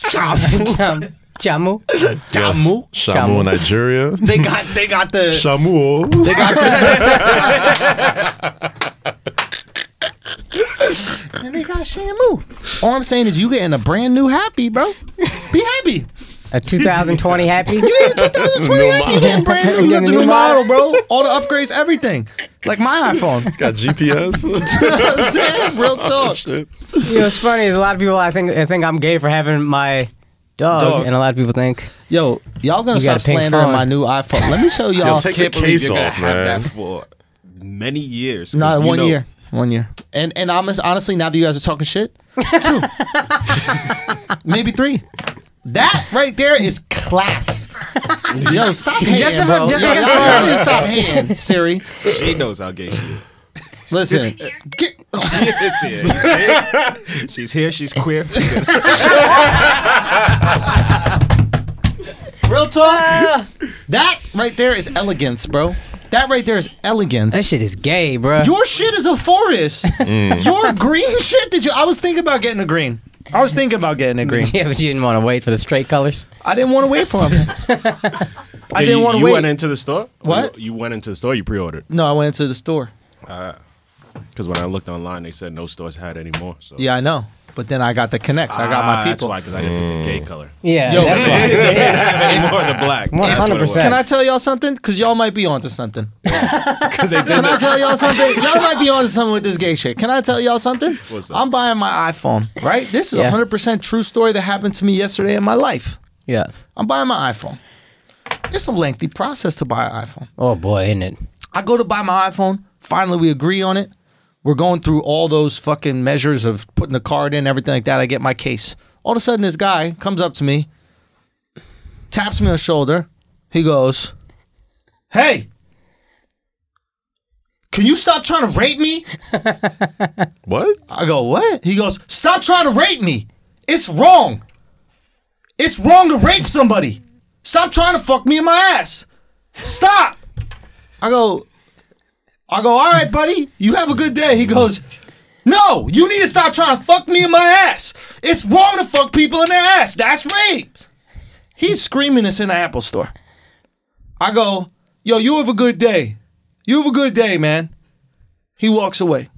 Speaker 1: Chamu.
Speaker 2: Jam, jamu.
Speaker 1: Chamu.
Speaker 3: Shamu in Nigeria.
Speaker 1: They got they got the
Speaker 3: Shamu.
Speaker 1: they got the And they got Shamu. All I'm saying is you getting a brand new happy, bro. Be happy.
Speaker 2: A 2020 happy.
Speaker 1: You getting 2020 happy. You getting brand new. You got the new model, bro. All the upgrades, everything. Like my iPhone.
Speaker 3: Got GPS.
Speaker 1: I'm saying, real talk.
Speaker 3: Shit.
Speaker 2: you know, it's funny. is A lot of people, I think, I think I'm gay for having my dog,
Speaker 1: Dog.
Speaker 2: and a lot of people think
Speaker 1: Yo, y'all gonna
Speaker 2: You got
Speaker 1: stop
Speaker 2: a pink
Speaker 1: slandering
Speaker 2: phone.
Speaker 1: my new iPhone. Let me show y'all.
Speaker 3: take
Speaker 4: Oh, Can't
Speaker 3: the
Speaker 4: believe
Speaker 3: case
Speaker 4: you're gonna
Speaker 3: off,
Speaker 4: have
Speaker 3: man.
Speaker 4: that for many years. 'cause
Speaker 1: Nah,
Speaker 4: you
Speaker 1: Uh, one
Speaker 4: know-
Speaker 1: year, one year. And and honest, honestly, now that you guys are talking shit, two, maybe three. That right there is class. Yo, stop hating,
Speaker 2: Just a-
Speaker 1: bro.
Speaker 2: just a-
Speaker 1: Yo, y'all need to stop hating, Siri.
Speaker 4: She knows how gay she
Speaker 1: Listen, get,
Speaker 4: is. She's here. She's here. She's queer.
Speaker 1: real talk. That right there is elegance, bro. That right there is elegance.
Speaker 2: that shit is gay, bro.
Speaker 1: Your shit is a forest. Your green shit. Did you? I was thinking about getting a green. I was thinking about getting a green.
Speaker 2: yeah, but you didn't want to wait for the straight colors.
Speaker 1: I didn't want to wait for him. I didn't want to
Speaker 4: You
Speaker 1: wait.
Speaker 4: went into the store.
Speaker 1: What?
Speaker 4: You, you went into the store. You pre-ordered
Speaker 1: no, I went into the store.
Speaker 4: because when I looked online, they said no stores had anymore. So
Speaker 1: Yeah, I know. But then I got the connects. I got
Speaker 4: Ah,
Speaker 1: my
Speaker 4: That's
Speaker 1: people.
Speaker 4: why, because I didn't pick the gay color.
Speaker 2: Yeah,
Speaker 1: Yo,
Speaker 2: that's why.
Speaker 4: More the black.
Speaker 2: 100%.
Speaker 1: Can I tell y'all something? Because y'all might be onto something.
Speaker 4: Because they
Speaker 1: Can
Speaker 4: did
Speaker 1: I tell y'all something? Y'all might be onto something with this gay shit. Can I tell y'all something?
Speaker 4: What's up?
Speaker 1: I'm buying my iPhone, right? This is a
Speaker 2: Yeah.
Speaker 1: 100% true story that happened to me yesterday in my life.
Speaker 2: Yeah.
Speaker 1: I'm buying my iPhone. It's a lengthy process to buy an iPhone.
Speaker 2: Oh boy, isn't it?
Speaker 1: I go to buy my iPhone. Finally, we agree on it. We're going through all those fucking measures of putting the card in, everything like that. I get my case. All of a sudden, this guy comes up to me, taps me on the shoulder. He goes, Hey, can you stop trying to rape me?
Speaker 3: What?
Speaker 1: I go, What? He goes, Stop trying to rape me. It's wrong. It's wrong to rape somebody. Stop trying to fuck me in my ass. Stop. I go, I go, all right, buddy, you have a good day. He goes, no, you need to stop trying to fuck me in my ass. It's wrong to fuck people in their ass. That's rape. He's screaming this in the Apple store. I go, yo, you have a good day. You have a good day, man. He walks away.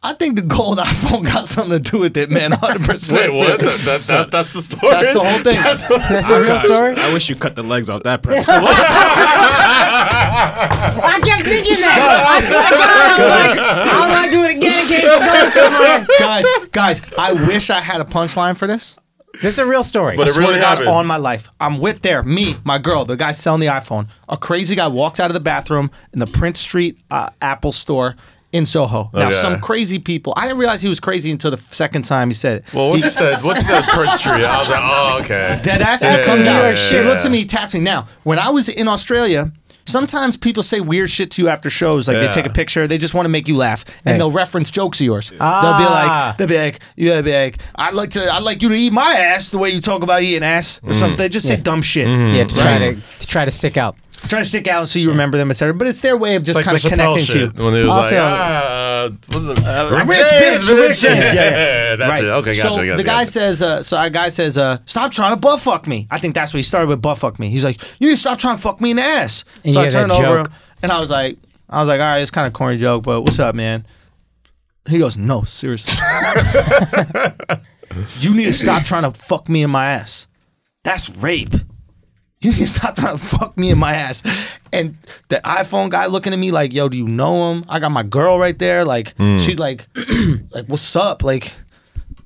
Speaker 1: I think the gold iPhone got something to do with it, man. 100%.
Speaker 3: Wait, what? That, that, that, that's the story.
Speaker 1: That's the whole thing.
Speaker 2: That's a real story.
Speaker 4: I wish you cut the legs off that premise. Why
Speaker 2: I kept thinking that. I swear to God, I was like, I don't want to do it again in case it goes somewhere.
Speaker 1: guys, guys, I wish I had a punchline for this.
Speaker 2: This is a real story.
Speaker 3: But it
Speaker 1: Swear
Speaker 3: really
Speaker 1: to God,
Speaker 3: happened.
Speaker 1: on my life. I'm with there. Me, my girl, the guy selling the iPhone. A crazy guy walks out of the bathroom in the Prince Street uh, Apple store in Soho. Now,
Speaker 3: Okay.
Speaker 1: some crazy people. I didn't realize he was crazy until the second time he said it.
Speaker 3: well, what's it said? What's it said? Prince Street. I was like, oh, okay.
Speaker 1: Dead ass.
Speaker 3: Yeah,
Speaker 1: comes
Speaker 3: yeah,
Speaker 1: out.
Speaker 3: yeah,
Speaker 1: He
Speaker 3: yeah.
Speaker 1: looks at me, he taps me. Now, when I was in Australia, Sometimes people say weird shit to you after shows. Like
Speaker 3: Yeah.
Speaker 1: they take a picture, they just want to make you laugh, and
Speaker 2: Hey.
Speaker 1: they'll reference jokes of yours. They'll be
Speaker 2: Ah.
Speaker 1: like, they'll be like, you'll be like, I'd like to, I'd like you to eat my ass the way you talk about eating ass
Speaker 3: Mm.
Speaker 1: or something. They just say dumb shit.
Speaker 2: yeah, Mm-hmm. to try to, to try to stick out.
Speaker 1: Try to stick out so you remember them, etc. But it's their way of just
Speaker 3: It's
Speaker 1: kind
Speaker 3: like the
Speaker 1: of
Speaker 3: Chappelle
Speaker 1: connecting to you.
Speaker 3: shit when it was
Speaker 2: Also-
Speaker 3: like, ah, uh, what's the,
Speaker 1: rich bitch,
Speaker 3: the
Speaker 1: rich bitch. Yeah, yeah.
Speaker 3: that's it. Okay, gotcha.
Speaker 1: so
Speaker 3: gotcha,
Speaker 1: the
Speaker 3: gotcha.
Speaker 1: guy says, uh, so a guy says, uh, stop trying to butt fuck me. I think that's what he started with butt fuck me. He's like, you need to stop trying to fuck me in the ass.
Speaker 2: And
Speaker 1: so
Speaker 2: you
Speaker 1: I
Speaker 2: get that
Speaker 1: turned over
Speaker 2: joke.
Speaker 1: and I was like, I was like, all right, it's kind of corny joke, but what's up, man? He goes, no, seriously. you need to stop trying to fuck me in my ass. That's rape. You need to stop trying to fuck me in my ass. And the iPhone guy looking at me like, yo, do you know him? I got my girl right there. Like,
Speaker 3: Hmm.
Speaker 1: she's like, like, what's up? Like,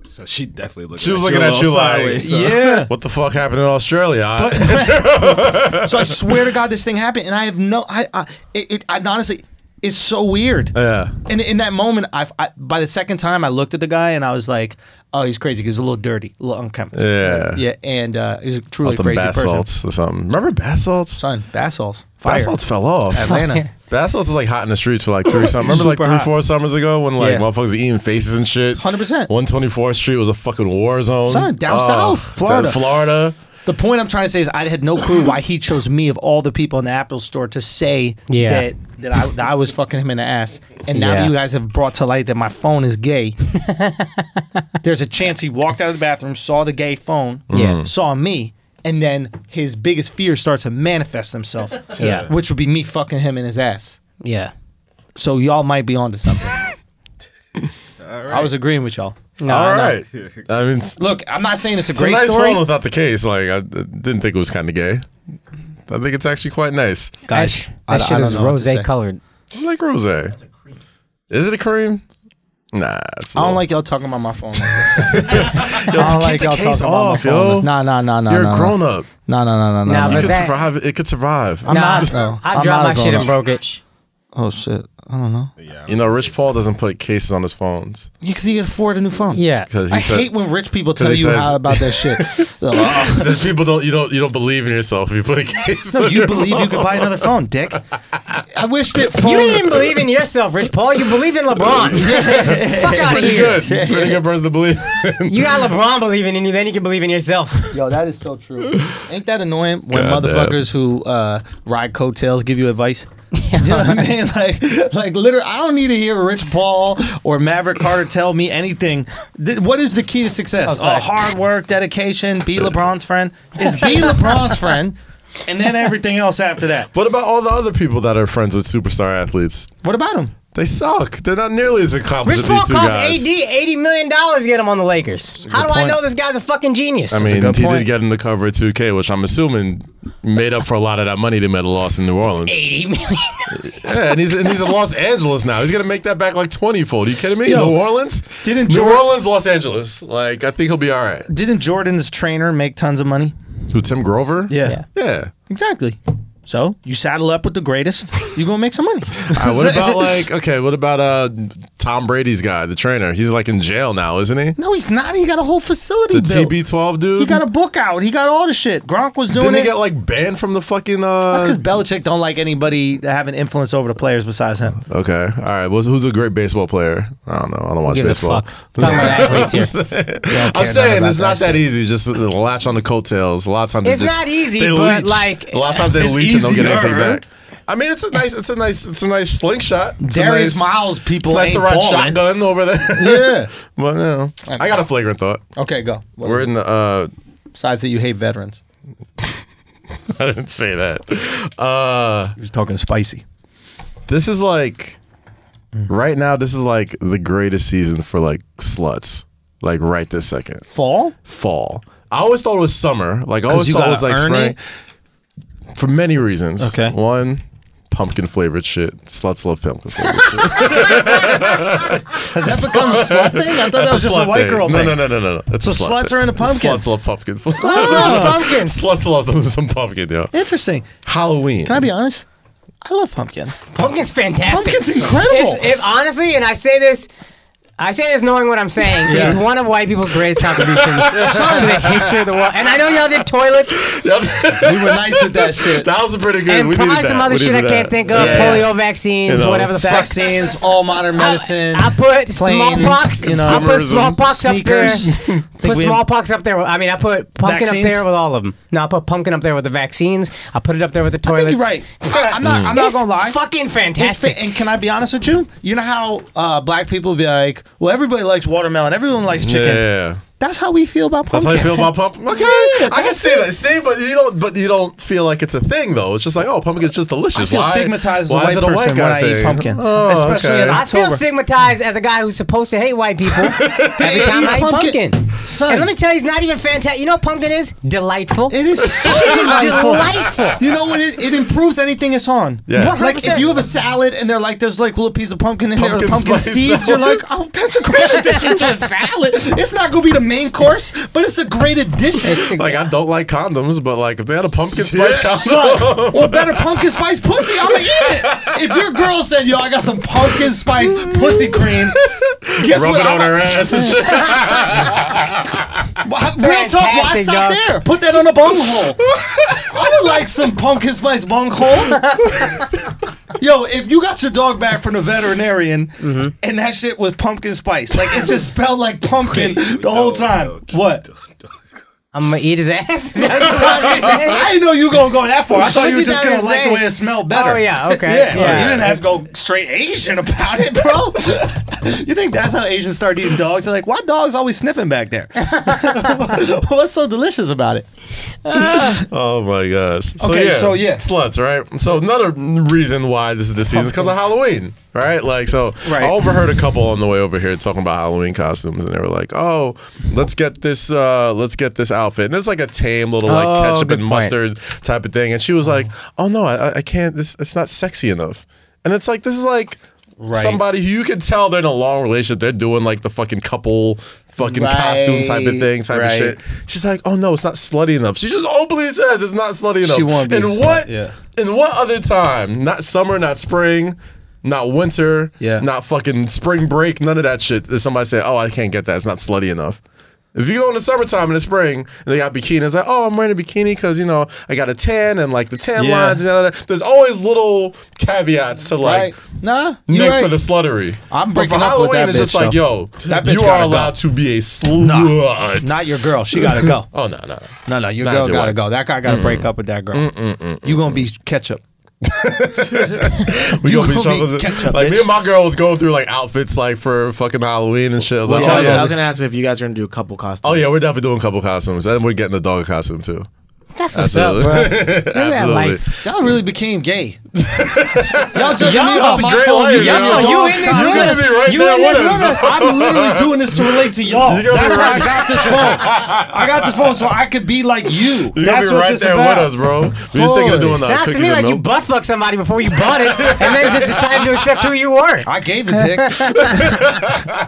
Speaker 4: So she definitely looked.
Speaker 3: She was looking at you like,
Speaker 1: yeah.
Speaker 3: what the fuck happened in Australia? I-
Speaker 1: so I swear to God, this thing happened, and I have no. I, I it, it I, honestly, it's so weird.
Speaker 3: Yeah.
Speaker 1: And in that moment, I, I by the second time I looked at the guy and I was like, oh, he's crazy. 'cause He's a little dirty, a little unkempt.
Speaker 3: Yeah.
Speaker 1: Yeah, and uh, he's a truly
Speaker 3: Something
Speaker 1: crazy
Speaker 3: bath
Speaker 1: person.
Speaker 3: salts or something. Remember bath salts?
Speaker 1: Son, bath salts. Fire.
Speaker 3: Bath salts fell off.
Speaker 1: Atlanta.
Speaker 3: Bath salts was like hot in the streets for like three summers. Remember like
Speaker 1: Super
Speaker 3: three,
Speaker 1: hot.
Speaker 3: four summers ago when like
Speaker 1: Yeah.
Speaker 3: motherfuckers were eating faces and shit.
Speaker 1: 100%.
Speaker 3: 124th Street was a fucking war zone.
Speaker 1: Son, down south, Florida.
Speaker 3: down Florida.
Speaker 1: The point I'm trying to say is I had no clue why he chose me of all the people in the Apple store to say
Speaker 2: Yeah.
Speaker 1: that that I, that I was fucking him in the ass. And now
Speaker 2: Yeah.
Speaker 1: that you guys have brought to light that my phone is gay, there's a chance he walked out of the bathroom, saw the gay phone,
Speaker 3: Mm-hmm.
Speaker 2: Yeah.
Speaker 1: saw me, and then his biggest fear starts to manifest himself,
Speaker 2: Yeah.
Speaker 1: which would be me fucking him in his ass.
Speaker 2: Yeah.
Speaker 1: So y'all might be onto something. I was agreeing with y'all.
Speaker 3: All right. I mean, it's,
Speaker 1: Look, I'm not saying it's a
Speaker 3: it's a
Speaker 1: great
Speaker 3: nice
Speaker 1: story.
Speaker 3: phone without the case. Like I uh, didn't think it was kind of gay. I think it's actually quite nice.
Speaker 2: That,
Speaker 1: Guys,
Speaker 2: sh-
Speaker 1: I-
Speaker 2: that
Speaker 1: I
Speaker 2: shit
Speaker 1: don't
Speaker 2: is
Speaker 1: know what to
Speaker 2: rose
Speaker 1: say.
Speaker 2: colored.
Speaker 3: I like rose. Is it a cream? Nah. It's a
Speaker 1: I don't
Speaker 3: little-
Speaker 1: like y'all talking about my phone like this.
Speaker 3: Yo,
Speaker 1: I don't
Speaker 3: keep
Speaker 1: like
Speaker 3: the
Speaker 1: y'all
Speaker 3: case
Speaker 1: talking about my
Speaker 3: off,
Speaker 1: phone.
Speaker 3: yo.
Speaker 1: It's- Nah, nah, nah, nah.
Speaker 3: You're
Speaker 1: nah,
Speaker 3: a grown up.
Speaker 1: Nah, nah, nah, nah, nah.
Speaker 2: Nah,
Speaker 1: nah.
Speaker 3: You
Speaker 2: but
Speaker 3: could
Speaker 2: that-
Speaker 3: survive. It could survive.
Speaker 1: I'm
Speaker 2: Nah,
Speaker 1: not, though.
Speaker 2: I
Speaker 1: I'm
Speaker 2: dropped
Speaker 1: not
Speaker 2: my
Speaker 1: going
Speaker 2: shit and
Speaker 1: up.
Speaker 2: broke it.
Speaker 1: Oh shit! I don't know.
Speaker 3: You know, Rich Paul doesn't put cases on his phones.
Speaker 1: Because he can afford a new phone.
Speaker 2: Yeah.
Speaker 3: 'Cause he
Speaker 1: I
Speaker 3: said-
Speaker 1: hate when rich people tell
Speaker 3: he
Speaker 1: you
Speaker 3: says-
Speaker 1: how about that shit. So,
Speaker 3: Since people don't, you don't, you don't believe in yourself if you put a case.
Speaker 1: no,
Speaker 3: on
Speaker 1: you
Speaker 3: your
Speaker 1: believe you could buy another phone, dick. I wish that phone.
Speaker 2: You didn't even believe in yourself, Rich Paul. You believed in LeBron. Fuck out of
Speaker 3: Pretty
Speaker 2: here.
Speaker 3: good. Pretty good person to believe.
Speaker 2: You got LeBron believing in you, then you can believe in yourself.
Speaker 1: Yo, that is so true. Ain't that annoying when
Speaker 3: God damn.
Speaker 1: motherfuckers who uh, ride coattails give you advice? you know what I mean? Like, like literally, I don't need to hear Rich Paul or Maverick Carter tell me anything. Th- what is the key to success?
Speaker 3: Oh,
Speaker 2: sorry.
Speaker 1: Uh, hard work, dedication, be LeBron's friend. Is be LeBron's friend, and then everything else after that.
Speaker 3: What about all the other people that are friends with superstar athletes?
Speaker 1: What about him?
Speaker 3: They suck. They're not nearly as
Speaker 2: Rich
Speaker 3: accomplished as
Speaker 2: Paul
Speaker 3: these
Speaker 2: cost
Speaker 3: two guys.
Speaker 2: AD eighty million dollars to get him on the Lakers. How do I
Speaker 1: point.
Speaker 2: know this guy's a fucking genius?
Speaker 3: I
Speaker 1: a
Speaker 3: mean,
Speaker 1: good
Speaker 3: he
Speaker 1: point.
Speaker 3: did get in the cover of 2K, which I'm assuming made up for a lot of that money they might have lost in New Orleans.
Speaker 2: eighty million.
Speaker 3: Yeah, and he's and he's in Los Angeles now. He's gonna make that back like twenty fold. You kidding me?
Speaker 1: Yo,
Speaker 3: New Orleans?
Speaker 1: didn't
Speaker 3: New
Speaker 1: Jordan-
Speaker 3: Orleans, Los Angeles. Like I think he'll be all right.
Speaker 1: Didn't Jordan's trainer make tons of money?
Speaker 3: Who Tim Grover?
Speaker 1: yeah.
Speaker 3: Yeah.
Speaker 1: exactly. So you saddle up with the greatest, you gonna make some money.
Speaker 3: All right, Uh, what about like okay? What about uh Tom Brady's guy, the trainer? He's like in jail now, isn't he?
Speaker 1: No, he's not. He got a whole facility
Speaker 3: The
Speaker 1: built.
Speaker 3: TB12 dude.
Speaker 1: He got a book out. He got all the shit. Gronk was doing
Speaker 3: Didn't he
Speaker 1: it.
Speaker 3: get like banned from the fucking?
Speaker 1: That's
Speaker 3: Uh,
Speaker 1: because Belichick don't like anybody that have an influence over the players besides him.
Speaker 3: okay, all right. Who's, who's a great baseball player? I don't know. I don't watch
Speaker 2: gives a
Speaker 3: baseball.
Speaker 2: fuck? Talking about athletes here.
Speaker 3: I'm saying it's not that easy. Just to latch on the coattails. A lot of times
Speaker 2: It's
Speaker 3: they just,
Speaker 2: not easy,
Speaker 3: they
Speaker 2: but,
Speaker 3: leech.
Speaker 2: like,
Speaker 3: a lot of times they
Speaker 4: it's
Speaker 3: leech and don't get anything
Speaker 4: easier.
Speaker 3: back. I mean, it's a nice, it's a nice, it's a nice slingshot. It's a
Speaker 1: Darius
Speaker 3: nice-
Speaker 1: Miles,
Speaker 3: It's
Speaker 1: people
Speaker 3: nice
Speaker 1: ain't
Speaker 3: to ride
Speaker 1: balling.
Speaker 3: shotgun over there.
Speaker 1: Yeah.
Speaker 3: but no, I got a flagrant thought.
Speaker 1: Okay, go. What-
Speaker 3: We're in the. Uh,
Speaker 1: Besides that, you hate veterans.
Speaker 3: I didn't say that. Uh,
Speaker 1: He's talking spicy.
Speaker 3: this is like, right now, this is like the greatest season for like sluts. Like right this second.
Speaker 1: Fall.
Speaker 3: fall. I always thought it was summer. Like I always
Speaker 1: you
Speaker 3: thought it was
Speaker 1: gotta
Speaker 3: like
Speaker 1: earn
Speaker 3: spring. For many reasons.
Speaker 1: Okay.
Speaker 3: One, pumpkin flavored shit. Sluts love pumpkin flavored shit.
Speaker 1: Has that become a slut thing? I thought that was just a
Speaker 3: slut
Speaker 1: white
Speaker 3: thing.
Speaker 1: girl
Speaker 3: no,
Speaker 1: thing.
Speaker 3: No, no, no, no, no. It's
Speaker 1: So
Speaker 3: a slut
Speaker 1: sluts
Speaker 3: thing.
Speaker 1: are into pumpkins.
Speaker 3: Sluts love pumpkin. Sluts
Speaker 2: Oh,
Speaker 3: love
Speaker 2: pumpkins.
Speaker 3: Sluts love them some pumpkin, yo.
Speaker 1: Interesting.
Speaker 3: Halloween.
Speaker 1: Can I be honest? I love pumpkin.
Speaker 2: Pumpkin's fantastic.
Speaker 1: Pumpkin's incredible.
Speaker 2: It's, it, honestly, and I say this I say this knowing what I'm saying. It's one of white people's greatest contributions to the history of the world. And I know y'all did toilets
Speaker 3: that
Speaker 5: We were nice with that shit.
Speaker 3: was pretty good.
Speaker 2: and
Speaker 3: we needed
Speaker 2: probably some
Speaker 3: that.
Speaker 2: other
Speaker 3: We
Speaker 2: shit I
Speaker 3: needed
Speaker 2: can't
Speaker 3: that.
Speaker 2: think of.
Speaker 3: Yeah.
Speaker 2: Polio vaccines,
Speaker 3: You know,
Speaker 2: whatever the fuck.
Speaker 5: Vaccines, all modern medicine.
Speaker 2: I put
Speaker 5: planes,
Speaker 2: smallpox.
Speaker 5: you know,
Speaker 2: I put
Speaker 3: consumerism,
Speaker 2: smallpox up there.
Speaker 5: sneakers.
Speaker 2: Put
Speaker 5: we have-
Speaker 2: smallpox up there. with- I mean, I put pumpkin
Speaker 5: Vaccines?
Speaker 2: up there with all of them. No, I put pumpkin up there with the vaccines. I put it up there with the toilets.
Speaker 5: I think you're right. I- I'm not. I'm not
Speaker 2: It's
Speaker 5: gonna lie.
Speaker 2: Fucking
Speaker 5: It's
Speaker 2: fantastic.
Speaker 5: fa- and can I be honest with you? You know how uh, black people be like, "Well, everybody likes watermelon. Everyone likes chicken."
Speaker 3: Yeah.
Speaker 5: That's how we feel about
Speaker 3: That's
Speaker 5: pumpkin.
Speaker 3: how you feel about pumpkin. Okay,
Speaker 5: Yeah,
Speaker 3: I can
Speaker 5: that's
Speaker 3: see
Speaker 5: it.
Speaker 3: that. See, but you don't. But you don't feel like it's a thing though. It's just like, oh, pumpkin's just delicious.
Speaker 5: I feel
Speaker 3: why,
Speaker 5: stigmatized as a
Speaker 3: why
Speaker 5: white
Speaker 3: is it
Speaker 5: person
Speaker 3: white
Speaker 5: when
Speaker 3: guy
Speaker 5: I eat
Speaker 3: thing?
Speaker 5: pumpkin.
Speaker 3: Oh,
Speaker 5: Especially
Speaker 3: okay.
Speaker 5: in
Speaker 2: I feel
Speaker 5: October.
Speaker 2: stigmatized as a guy who's supposed to hate white people every time
Speaker 5: He's
Speaker 2: I eat pumpkin.
Speaker 5: pumpkin.
Speaker 2: And let me tell you, it's not even fantastic. You know what pumpkin is? Delightful.
Speaker 5: It is delightful.
Speaker 2: delightful.
Speaker 5: You know what? It, it improves anything it's on.
Speaker 3: Yeah.
Speaker 5: Like if
Speaker 2: 100%.
Speaker 5: you have a salad and they're like, there's like a little piece of pumpkin in there,
Speaker 3: Pumpkin
Speaker 5: or pumpkin
Speaker 3: spice
Speaker 5: seeds. You're
Speaker 3: salad.
Speaker 5: like, oh, that's a great addition to a salad. It's not gonna be the main course, but it's a great addition.
Speaker 3: Like I don't like condoms, but like if they had a pumpkin
Speaker 5: Shut
Speaker 3: spice condom,
Speaker 5: up. or better, pumpkin spice pussy. I'ma eat it. If your girl said, "Yo, I got some pumpkin spice pussy cream," guess
Speaker 3: rub
Speaker 5: what?
Speaker 3: it on
Speaker 5: I'ma-
Speaker 3: her ass and shit.
Speaker 5: Well, Real talk, why
Speaker 2: Fantastic,
Speaker 5: stop
Speaker 2: dog.
Speaker 5: there? Put that on a bung hole. I would like some pumpkin spice bung hole. Yo, if you got your dog back from the veterinarian and that shit was pumpkin spice, like it just smelled like pumpkin the whole time. what?
Speaker 2: I'm gonna eat his ass.
Speaker 5: I didn't know you were gonna go that far. I thought you
Speaker 2: What
Speaker 5: were
Speaker 2: you
Speaker 5: just
Speaker 2: gotta
Speaker 5: gonna like the
Speaker 2: say?
Speaker 5: way it smelled better.
Speaker 2: Oh, yeah, okay.
Speaker 5: yeah,
Speaker 2: Yeah.
Speaker 5: you didn't have to go straight Asian about it, bro. you think that's how Asians start eating dogs? They're like, why dogs always sniffing back there? What's so delicious about it?
Speaker 3: Oh my gosh. So
Speaker 5: Okay,
Speaker 3: yeah,
Speaker 5: so yeah.
Speaker 3: Sluts, right? So another reason why this is the season is because of Halloween, right? Like, so
Speaker 5: Right.
Speaker 3: I overheard a couple on the way over here talking about Halloween costumes, and they were like, "Oh, let's get this, uh, let's get this outfit." And it's like a tame little like
Speaker 2: Oh,
Speaker 3: ketchup
Speaker 2: good
Speaker 3: and
Speaker 2: point.
Speaker 3: mustard type of thing. And she was like, "Oh no, I, I can't. This it's not sexy enough." And it's like this is like. Somebody who you can tell they're in a long relationship, they're doing like the fucking couple fucking costume type of
Speaker 5: Right,
Speaker 3: thing, type
Speaker 5: right.
Speaker 3: of shit. She's like, oh no, it's not slutty enough. She just openly says it's not slutty enough.
Speaker 5: She won't be
Speaker 3: In
Speaker 5: a slut,
Speaker 3: what?
Speaker 5: yeah.
Speaker 3: In what other time? Not summer, not spring, not winter,
Speaker 5: Yeah.
Speaker 3: not fucking spring break, none of that shit. Does somebody say, oh, I can't get that. It's not slutty enough. If you go in the summertime in the spring and they got bikinis, like, oh, I'm wearing a bikini because, you know, I got a tan and like the tan
Speaker 5: Yeah.
Speaker 3: lines and all that. There's always little caveats to like,
Speaker 5: Nah,
Speaker 3: make
Speaker 5: you're right.
Speaker 3: for the sluttery.
Speaker 5: I'm
Speaker 3: But for
Speaker 5: breaking up
Speaker 3: Halloween,
Speaker 5: with that
Speaker 3: it's just
Speaker 5: bitch,
Speaker 3: like, yo,
Speaker 5: That bitch
Speaker 3: you are
Speaker 5: gotta go.
Speaker 3: allowed to be a slut.
Speaker 5: Not your girl. She gotta go.
Speaker 3: Oh no, no.
Speaker 5: No, no, your
Speaker 3: Nah,
Speaker 5: girl
Speaker 3: it's your
Speaker 5: gotta
Speaker 3: wife.
Speaker 5: go. That guy gotta break up with that girl. You gonna be ketchup.
Speaker 3: We
Speaker 5: You
Speaker 3: gonna be
Speaker 5: gonna be
Speaker 3: struggling.
Speaker 5: ketchup,
Speaker 3: Like me
Speaker 5: bitch.
Speaker 3: and my girl was going through like outfits like for fucking Halloween and shit. I was like,
Speaker 5: yeah,
Speaker 3: oh,
Speaker 1: I, was,
Speaker 3: yeah.
Speaker 1: I was gonna ask if you guys are gonna do a couple costumes.
Speaker 3: oh yeah, we're definitely doing a couple costumes, and we're getting the dog costume too.
Speaker 2: That's what's up, bro.
Speaker 3: Absolutely.
Speaker 2: that life.
Speaker 5: Y'all really became gay. Y'all judging
Speaker 2: Y'all
Speaker 5: me
Speaker 2: about
Speaker 3: That's
Speaker 5: about
Speaker 3: a
Speaker 5: my
Speaker 3: great
Speaker 5: phone.
Speaker 3: life.
Speaker 5: You,
Speaker 2: yo.
Speaker 5: got
Speaker 2: You
Speaker 5: dog
Speaker 2: in this
Speaker 5: costume.
Speaker 3: You're gonna be right
Speaker 2: You
Speaker 3: there
Speaker 2: in this
Speaker 3: with
Speaker 2: with
Speaker 3: us.
Speaker 2: us.
Speaker 5: I'm literally doing this to relate to y'all.
Speaker 3: You're gonna
Speaker 5: That's
Speaker 3: be
Speaker 5: why I
Speaker 3: right-
Speaker 5: got this phone. I got this phone so I could be like you.
Speaker 3: You're
Speaker 5: That's
Speaker 3: gonna be
Speaker 5: what
Speaker 3: right
Speaker 5: this
Speaker 3: there
Speaker 5: about.
Speaker 3: with us, bro. We just thinking of doing the
Speaker 2: Sounds
Speaker 3: cookies
Speaker 2: to me
Speaker 3: and
Speaker 2: like you
Speaker 3: milk.
Speaker 2: butt fucked somebody before you bought it, and then just decided to accept who you were.
Speaker 5: I gave a dick.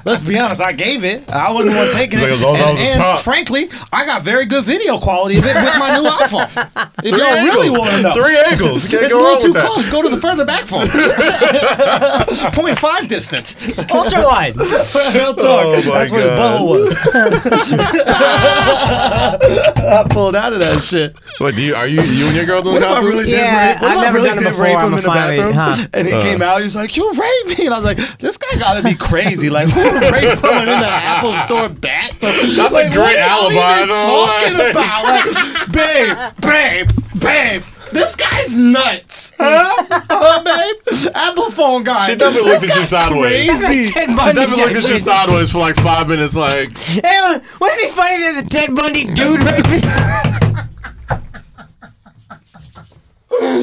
Speaker 5: Let's be honest, I gave it. I wasn't the one taking
Speaker 3: It's
Speaker 5: it.
Speaker 3: like as long as I
Speaker 5: and
Speaker 3: was the
Speaker 5: and
Speaker 3: top.
Speaker 5: frankly, I got very good video quality of it with my new iPhone. If y'all really
Speaker 3: angles.
Speaker 5: want to know.
Speaker 3: Three angles. Can't
Speaker 5: it's a
Speaker 3: go
Speaker 5: little
Speaker 3: wrong
Speaker 5: too
Speaker 3: with that.
Speaker 5: close. Go to the further back phone. 0.5 distance.
Speaker 2: Ultra wide.
Speaker 5: Real talk.
Speaker 3: Oh, my
Speaker 5: That's where his
Speaker 3: God.
Speaker 5: butthole was. I pulled out of that shit.
Speaker 3: Like, do you, are you you and your girl doing
Speaker 5: What if I
Speaker 3: costumes?
Speaker 5: really did
Speaker 2: Yeah,
Speaker 5: rape? What if
Speaker 2: I've
Speaker 5: I
Speaker 2: never
Speaker 5: really
Speaker 2: done it
Speaker 5: did
Speaker 2: before,
Speaker 5: rape him
Speaker 2: I'ma
Speaker 5: in the
Speaker 2: finally-
Speaker 5: bathroom?
Speaker 2: huh.
Speaker 5: And he came out. He was like, "You raped me," and I was like, "This guy got to be crazy! Like, who would rape someone in the Apple Store bathroom?" That's
Speaker 3: a great alibi,
Speaker 5: What
Speaker 3: though.
Speaker 5: are you talking about, like, babe, babe, babe? This guy's nuts, huh? huh, babe? Apple phone guy.
Speaker 3: She definitely looked at you sideways.
Speaker 5: crazy.
Speaker 3: She
Speaker 5: See,
Speaker 2: Ted
Speaker 3: definitely
Speaker 2: Bundy.
Speaker 3: looked at you sideways for like five minutes. Like,
Speaker 2: Hey, wouldn't it be funny if there's a Ted Bundy dude rapist?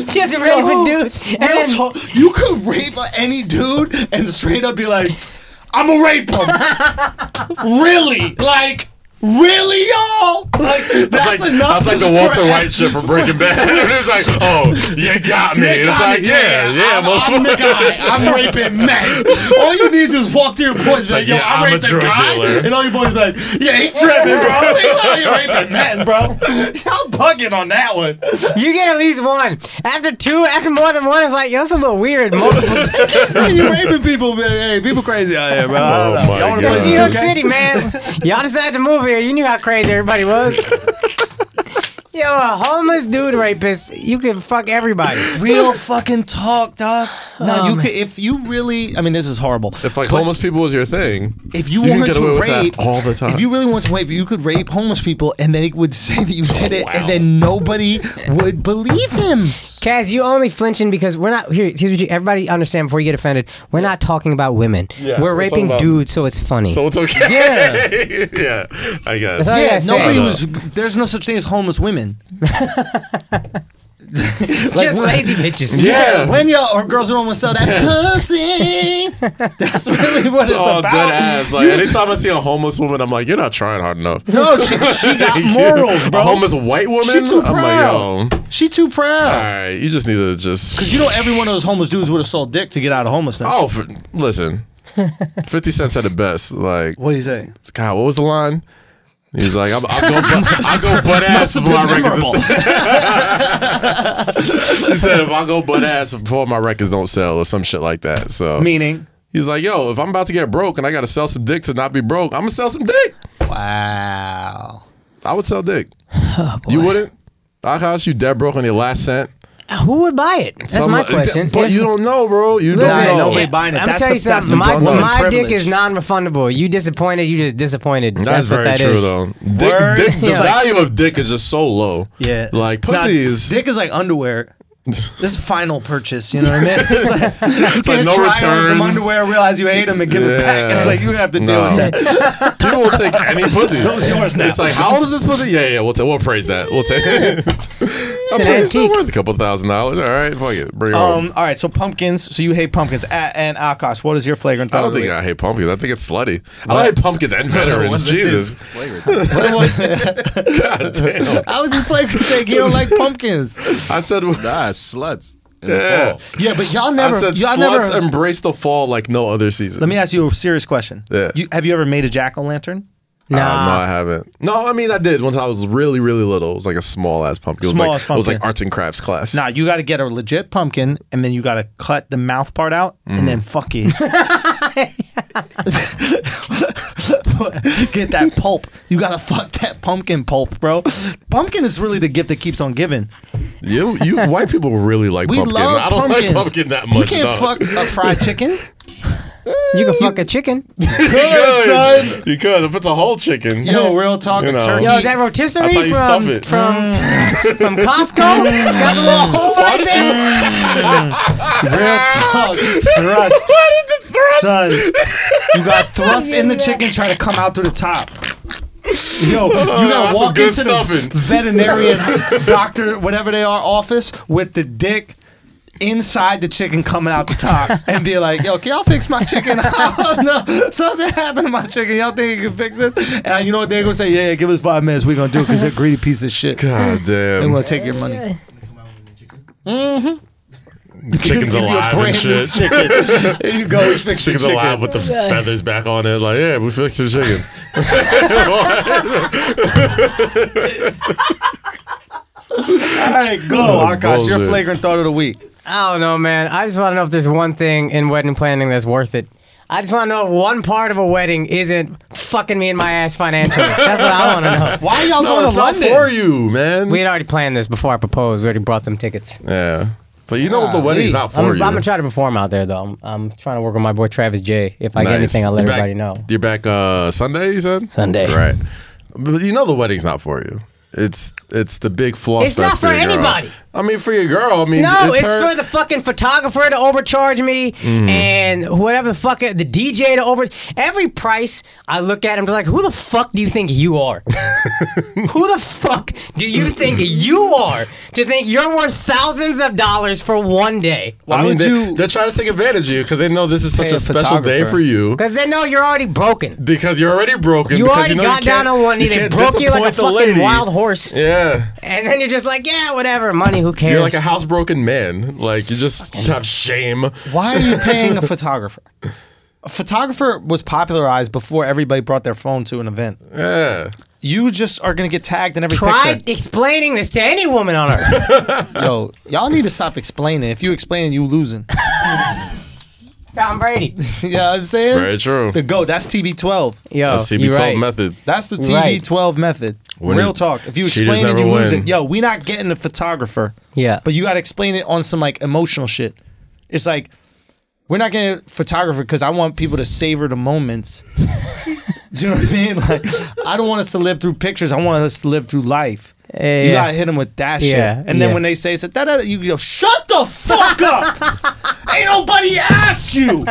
Speaker 2: Just raping dudes. And
Speaker 5: Real
Speaker 2: then,
Speaker 5: talk, you could rape any dude and straight up be like, I'm a rape him. really? Like,
Speaker 6: really, y'all? Like that's
Speaker 3: like,
Speaker 6: enough.
Speaker 3: That's like the
Speaker 6: for-
Speaker 3: Walter White shit from Breaking Bad. it's like, oh, you got me.
Speaker 6: You
Speaker 3: it's
Speaker 6: got
Speaker 3: like,
Speaker 6: it,
Speaker 3: yeah, yeah,
Speaker 6: I'm, I'm the guy. I'm raping men. All you need to do is walk to your boys and say,
Speaker 3: like,
Speaker 6: yo,
Speaker 3: yeah,
Speaker 6: I
Speaker 3: I'm a
Speaker 6: raped a
Speaker 3: drug
Speaker 6: guy.
Speaker 3: dealer.
Speaker 6: And all your boys be like, yeah, he tripping, bro. They saw you raping men, bro. Y'all bugging on that one.
Speaker 2: You get at least one. After two, after more than one, it's like, yo, that's a little weird. Multiple
Speaker 6: So you raping people, man. Hey, people crazy out here, bro. I don't
Speaker 3: Oh
Speaker 6: know.
Speaker 3: my
Speaker 6: Y'all wanna
Speaker 3: God.
Speaker 6: play
Speaker 2: It's
Speaker 6: some
Speaker 2: New York
Speaker 6: 2K?
Speaker 2: City, man. Y'all decided to move here. You knew how crazy everybody was. Yo, a homeless dude rapist, you can fuck everybody.
Speaker 5: Real fucking talk, dog. No, you could if you really. I mean, this is horrible.
Speaker 6: If I
Speaker 3: Like homeless people was your thing.
Speaker 5: If you,
Speaker 3: You can
Speaker 5: wanted
Speaker 3: get away
Speaker 5: to
Speaker 3: with that
Speaker 5: rape
Speaker 3: all the time.
Speaker 5: if you really wanted to rape, you could rape homeless people, and they would say that you
Speaker 3: Oh,
Speaker 5: did it, and then nobody would believe them.
Speaker 2: Kaz, you only flinching because we're not here. Here's what you, everybody understand before you get offended. We're not talking about women.
Speaker 3: Yeah,
Speaker 2: we're
Speaker 3: we're talking
Speaker 2: raping
Speaker 3: about-
Speaker 2: dudes, so it's funny.
Speaker 3: So it's okay.
Speaker 5: Yeah.
Speaker 3: yeah. I
Speaker 2: It's
Speaker 3: guess.
Speaker 2: not- Oh, yeah,
Speaker 5: yeah,
Speaker 2: same.
Speaker 5: nobody
Speaker 3: I know.
Speaker 5: was. There's no such thing as homeless women.
Speaker 2: Just lazy bitches.
Speaker 3: yeah.
Speaker 5: When y'all or girls who don't want to sell that pussy, that's really what it's
Speaker 3: Oh,
Speaker 5: about.
Speaker 3: dead ass. Like anytime I see a homeless woman, I'm like, you're not trying hard enough.
Speaker 5: No, she, she got morals,
Speaker 3: A
Speaker 5: bro.
Speaker 3: homeless white woman?
Speaker 5: She too
Speaker 3: I'm
Speaker 5: proud.
Speaker 3: like, yo.
Speaker 5: She too proud.
Speaker 3: Alright, you just need to just
Speaker 5: Cause you know every one of those homeless dudes would have sold dick to get out of homelessness.
Speaker 3: Oh for, listen. Fifty Cent said it best. Like
Speaker 5: What do you say?
Speaker 3: God, what was the line? He's like, I'm, I'll go, butt, I'll go butt ass before my records. he said, if I go butt ass before my records don't sell or some shit like that. So
Speaker 5: Meaning,
Speaker 3: he's like, yo, if I'm about to get broke and I got to sell some dick to not be broke, I'm gonna sell some dick.
Speaker 5: wow.
Speaker 3: I would sell dick.
Speaker 2: Oh,
Speaker 3: you wouldn't? I house you dead broke on your last cent.
Speaker 2: Who would buy it? That's
Speaker 3: Some-
Speaker 2: my question.
Speaker 3: But you don't know, bro. You
Speaker 2: Listen,
Speaker 3: don't know.
Speaker 5: nobody buying it.
Speaker 2: I'm
Speaker 5: That's
Speaker 2: tell you
Speaker 5: the- that's
Speaker 2: something. My,
Speaker 5: the woman
Speaker 2: my dick
Speaker 5: privilege.
Speaker 2: is non-refundable. You disappointed. You just disappointed. That's,
Speaker 3: That's,
Speaker 2: what
Speaker 3: very
Speaker 2: that is.
Speaker 3: true, though. Dick,
Speaker 5: Word?
Speaker 3: dick, the
Speaker 5: Yeah.
Speaker 3: value of dick is just so low.
Speaker 5: Yeah.
Speaker 3: Like,
Speaker 5: Nah,
Speaker 3: pussy is.
Speaker 5: Dick is like underwear. This is final purchase, you know what I mean? it's
Speaker 3: like no
Speaker 5: Some
Speaker 3: returns.
Speaker 5: underwear, realize you hate them, and give it back.
Speaker 3: Yeah.
Speaker 5: It's like you have to deal
Speaker 3: No.
Speaker 5: with that.
Speaker 3: People will take any pussy. That
Speaker 5: was yours now.
Speaker 3: It's like, how old is this pussy? Yeah, yeah, we'll, ta- well praise that. We'll take it. That
Speaker 2: an
Speaker 3: pussy's still
Speaker 2: antique.
Speaker 3: worth a couple thousand dollars. All right, fuck it. Bring it home.
Speaker 5: Um, all right, so pumpkins. So you hate pumpkins. A- and Akash, what is your flagrant thought?
Speaker 3: I don't
Speaker 5: of the
Speaker 3: think
Speaker 5: week?
Speaker 3: I hate pumpkins. I think it's slutty. I don't hate pumpkins and veterans.
Speaker 4: What's it-
Speaker 3: Jesus.
Speaker 4: it's flavored.
Speaker 3: God damn.
Speaker 5: How is his flagrant take? He don't like pumpkins.
Speaker 3: I said,
Speaker 4: Nah, it's sluts. in the
Speaker 3: yeah.
Speaker 4: fall.
Speaker 5: Yeah, but y'all
Speaker 3: I
Speaker 5: never.
Speaker 3: said,
Speaker 5: y'all
Speaker 3: sluts
Speaker 5: never.
Speaker 3: embrace the fall like no other season.
Speaker 5: Let me ask you a serious question.
Speaker 3: Yeah.
Speaker 5: You, have you ever made a jack o' lantern?
Speaker 3: Uh,
Speaker 2: Nah.
Speaker 3: no, I haven't. No, I mean, I did once I was really, really little. It was like a small ass pumpkin. It was, like,
Speaker 5: Small-ass
Speaker 3: it was like
Speaker 5: pumpkin.
Speaker 3: arts and crafts class.
Speaker 5: Nah, you got to get a legit pumpkin, and then you got to cut the mouth part out, and then fuck it. get that pulp. You got to fuck that pumpkin pulp, bro. Pumpkin is really the gift that keeps on giving.
Speaker 3: You, you white people really like
Speaker 5: We
Speaker 3: pumpkin.
Speaker 5: love
Speaker 3: I don't
Speaker 5: pumpkins.
Speaker 3: like pumpkin that
Speaker 5: You
Speaker 3: much.
Speaker 5: can't
Speaker 3: dog.
Speaker 5: fuck a fried chicken.
Speaker 2: you can fuck a chicken.
Speaker 3: could,
Speaker 5: son.
Speaker 3: You could. If it's a whole chicken.
Speaker 5: Yo, real talk,
Speaker 3: You
Speaker 5: a
Speaker 3: know.
Speaker 5: turkey.
Speaker 2: Yo, that rotisserie
Speaker 3: That's how you
Speaker 2: from
Speaker 3: stuff it. Mm.
Speaker 2: from from Costco got the little hole right there.
Speaker 5: real talk, thrust,
Speaker 3: Why did the thrust?
Speaker 5: son. You got thrust in the chicken, try to come out through the top. Yo, you gotta
Speaker 3: Oh, that's some
Speaker 5: walk
Speaker 3: good
Speaker 5: into
Speaker 3: stuffing.
Speaker 5: the veterinarian, doctor, whatever they are, office with the dick inside the chicken coming out the top and be like, yo, can y'all fix my chicken? oh no, something happened to my chicken. Y'all think you can fix this? And you know what they're gonna say? Yeah, yeah give us five minutes. We're gonna do it because they're greedy piece of shit.
Speaker 3: God
Speaker 5: They
Speaker 3: damn.
Speaker 5: want to take your money.
Speaker 3: Chicken's
Speaker 5: Give you a
Speaker 3: alive and
Speaker 5: brand new
Speaker 3: shit.
Speaker 5: chicken. There you go. We fixed your
Speaker 3: Chicken's
Speaker 5: chicken.
Speaker 3: alive with the feathers back on it. Like, yeah, we fixed the chicken.
Speaker 5: All right, go, Akash. Your
Speaker 3: bullshit.
Speaker 5: flagrant thought of the week.
Speaker 2: I don't know, man. I just want to know if there's one thing in wedding planning that's worth it. I just want to know if one part of a wedding isn't fucking me in my ass financially. That's what I want to know.
Speaker 5: Why y'all
Speaker 3: No,
Speaker 5: going
Speaker 3: it's
Speaker 5: to
Speaker 3: not
Speaker 5: London?
Speaker 3: for you, man.
Speaker 2: We had already planned this before I proposed. We already brought them tickets.
Speaker 3: yeah. But you know the wedding's not for
Speaker 2: I'm,
Speaker 3: you.
Speaker 2: I'm gonna try to perform out there though. I'm, I'm trying to work with my boy Travis J. If I
Speaker 3: Nice.
Speaker 2: get anything, I'll let
Speaker 3: You're back-
Speaker 2: everybody know.
Speaker 3: You're back uh, Sunday, you said?
Speaker 2: Sunday.
Speaker 3: Right. But you know the wedding's not for you. It's it's the big flaw.
Speaker 2: It's not for anybody.
Speaker 3: I mean, for your girl. I mean,
Speaker 2: No, it's,
Speaker 3: her- Mm.
Speaker 2: for the fucking photographer to overcharge me and whatever the fuck the DJ to over every price I look at. I'm just like, who the fuck do you think you are? Who the fuck do you think you are to think you're worth thousands of dollars for one day?
Speaker 5: Why
Speaker 3: I mean,
Speaker 5: would
Speaker 3: they,
Speaker 5: you?
Speaker 3: they're trying to take advantage of you because they know this is such
Speaker 5: Pay
Speaker 3: a
Speaker 5: a
Speaker 3: special day
Speaker 5: photographer.
Speaker 3: for you.
Speaker 2: Because they know you're already broken.
Speaker 3: Because you're already broken.
Speaker 2: You
Speaker 3: because
Speaker 2: already
Speaker 3: you know
Speaker 2: got
Speaker 3: you can't-
Speaker 2: down on one knee.
Speaker 3: you
Speaker 2: They
Speaker 3: can't
Speaker 2: broke you like a
Speaker 3: disappoint the
Speaker 2: fucking
Speaker 3: lady.
Speaker 2: wild horse.
Speaker 3: Yeah.
Speaker 2: And then you're just like, yeah, whatever, money, who cares?
Speaker 3: You're like a housebroken man. Like you just have shame.
Speaker 5: Why are you paying a photographer? A photographer was popularized before everybody brought their phone to an event.
Speaker 3: Yeah.
Speaker 5: You just are gonna get tagged in every
Speaker 2: Try
Speaker 5: picture.
Speaker 2: explaining this to any woman on earth.
Speaker 5: Yo, y'all need to stop explaining. If you explain, you losing.
Speaker 2: Tom Brady.
Speaker 5: you know what I'm saying?
Speaker 3: Very true.
Speaker 5: The go. That's TB12.
Speaker 2: Yo,
Speaker 3: That's
Speaker 2: you
Speaker 3: CB12
Speaker 2: right.
Speaker 3: method.
Speaker 5: That's the
Speaker 2: Right.
Speaker 5: TB12 method.
Speaker 3: Winners-
Speaker 5: Real talk. If you
Speaker 3: cheaters
Speaker 5: explain it,
Speaker 3: never
Speaker 5: you lose
Speaker 3: win.
Speaker 5: it. Yo, we not getting a photographer.
Speaker 2: Yeah.
Speaker 5: But you got to explain it on some like emotional shit. It's like we're not getting a photographer because I want people to savor the moments. Do you know what I mean? Like I don't want us to live through pictures. I want us to live through life.
Speaker 2: Yeah,
Speaker 5: You
Speaker 2: yeah.
Speaker 5: gotta hit them with that
Speaker 2: Yeah,
Speaker 5: shit. And then
Speaker 2: yeah.
Speaker 5: when they say that, that you go, shut the fuck up. Ain't nobody ask you.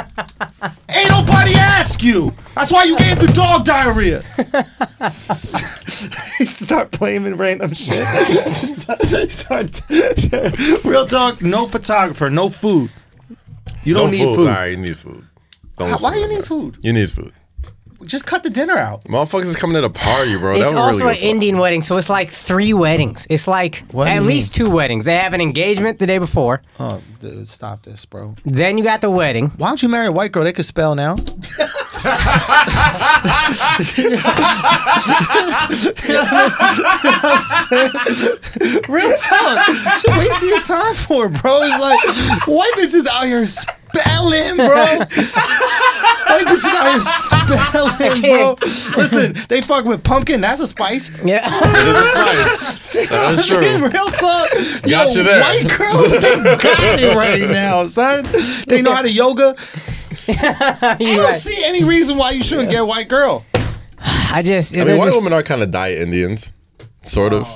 Speaker 5: Ain't nobody ask you. That's why you gave the dog diarrhea. start blaming random shit. start, real talk. No photographer. No food. You don't
Speaker 3: No
Speaker 5: need food.
Speaker 3: All right, you need food. Don't listen
Speaker 5: Why
Speaker 3: to
Speaker 5: you
Speaker 3: that
Speaker 5: need
Speaker 3: guy.
Speaker 5: food?
Speaker 3: You need food.
Speaker 5: Just cut the dinner out.
Speaker 3: Motherfuckers is coming to the party, bro.
Speaker 2: It's
Speaker 3: that would
Speaker 2: also
Speaker 3: really
Speaker 2: an Indian wedding, so it's like three weddings. It's like
Speaker 5: What do
Speaker 2: at
Speaker 5: you
Speaker 2: least two weddings. They have an engagement the day before.
Speaker 5: Oh, dude, stop this, bro.
Speaker 2: Then you got the wedding.
Speaker 5: Why don't you marry a white girl? They could spell now. Real talk. What you wasting your time for, bro? It's like white bitches out here spelling, bro. White bitches out here spelling, bro. Listen, they fuck with pumpkin. That's a spice.
Speaker 2: Yeah.
Speaker 3: It is a spice. that is true.
Speaker 5: Real talk.
Speaker 3: Got
Speaker 5: Yo,
Speaker 3: you there.
Speaker 5: White girls, they got it right now, son. They know how to yoga. I
Speaker 2: You're
Speaker 5: don't
Speaker 2: right.
Speaker 5: see any reason why you shouldn't get a white girl.
Speaker 2: I just.
Speaker 3: I mean, white women are kind of diet Indians, sort of.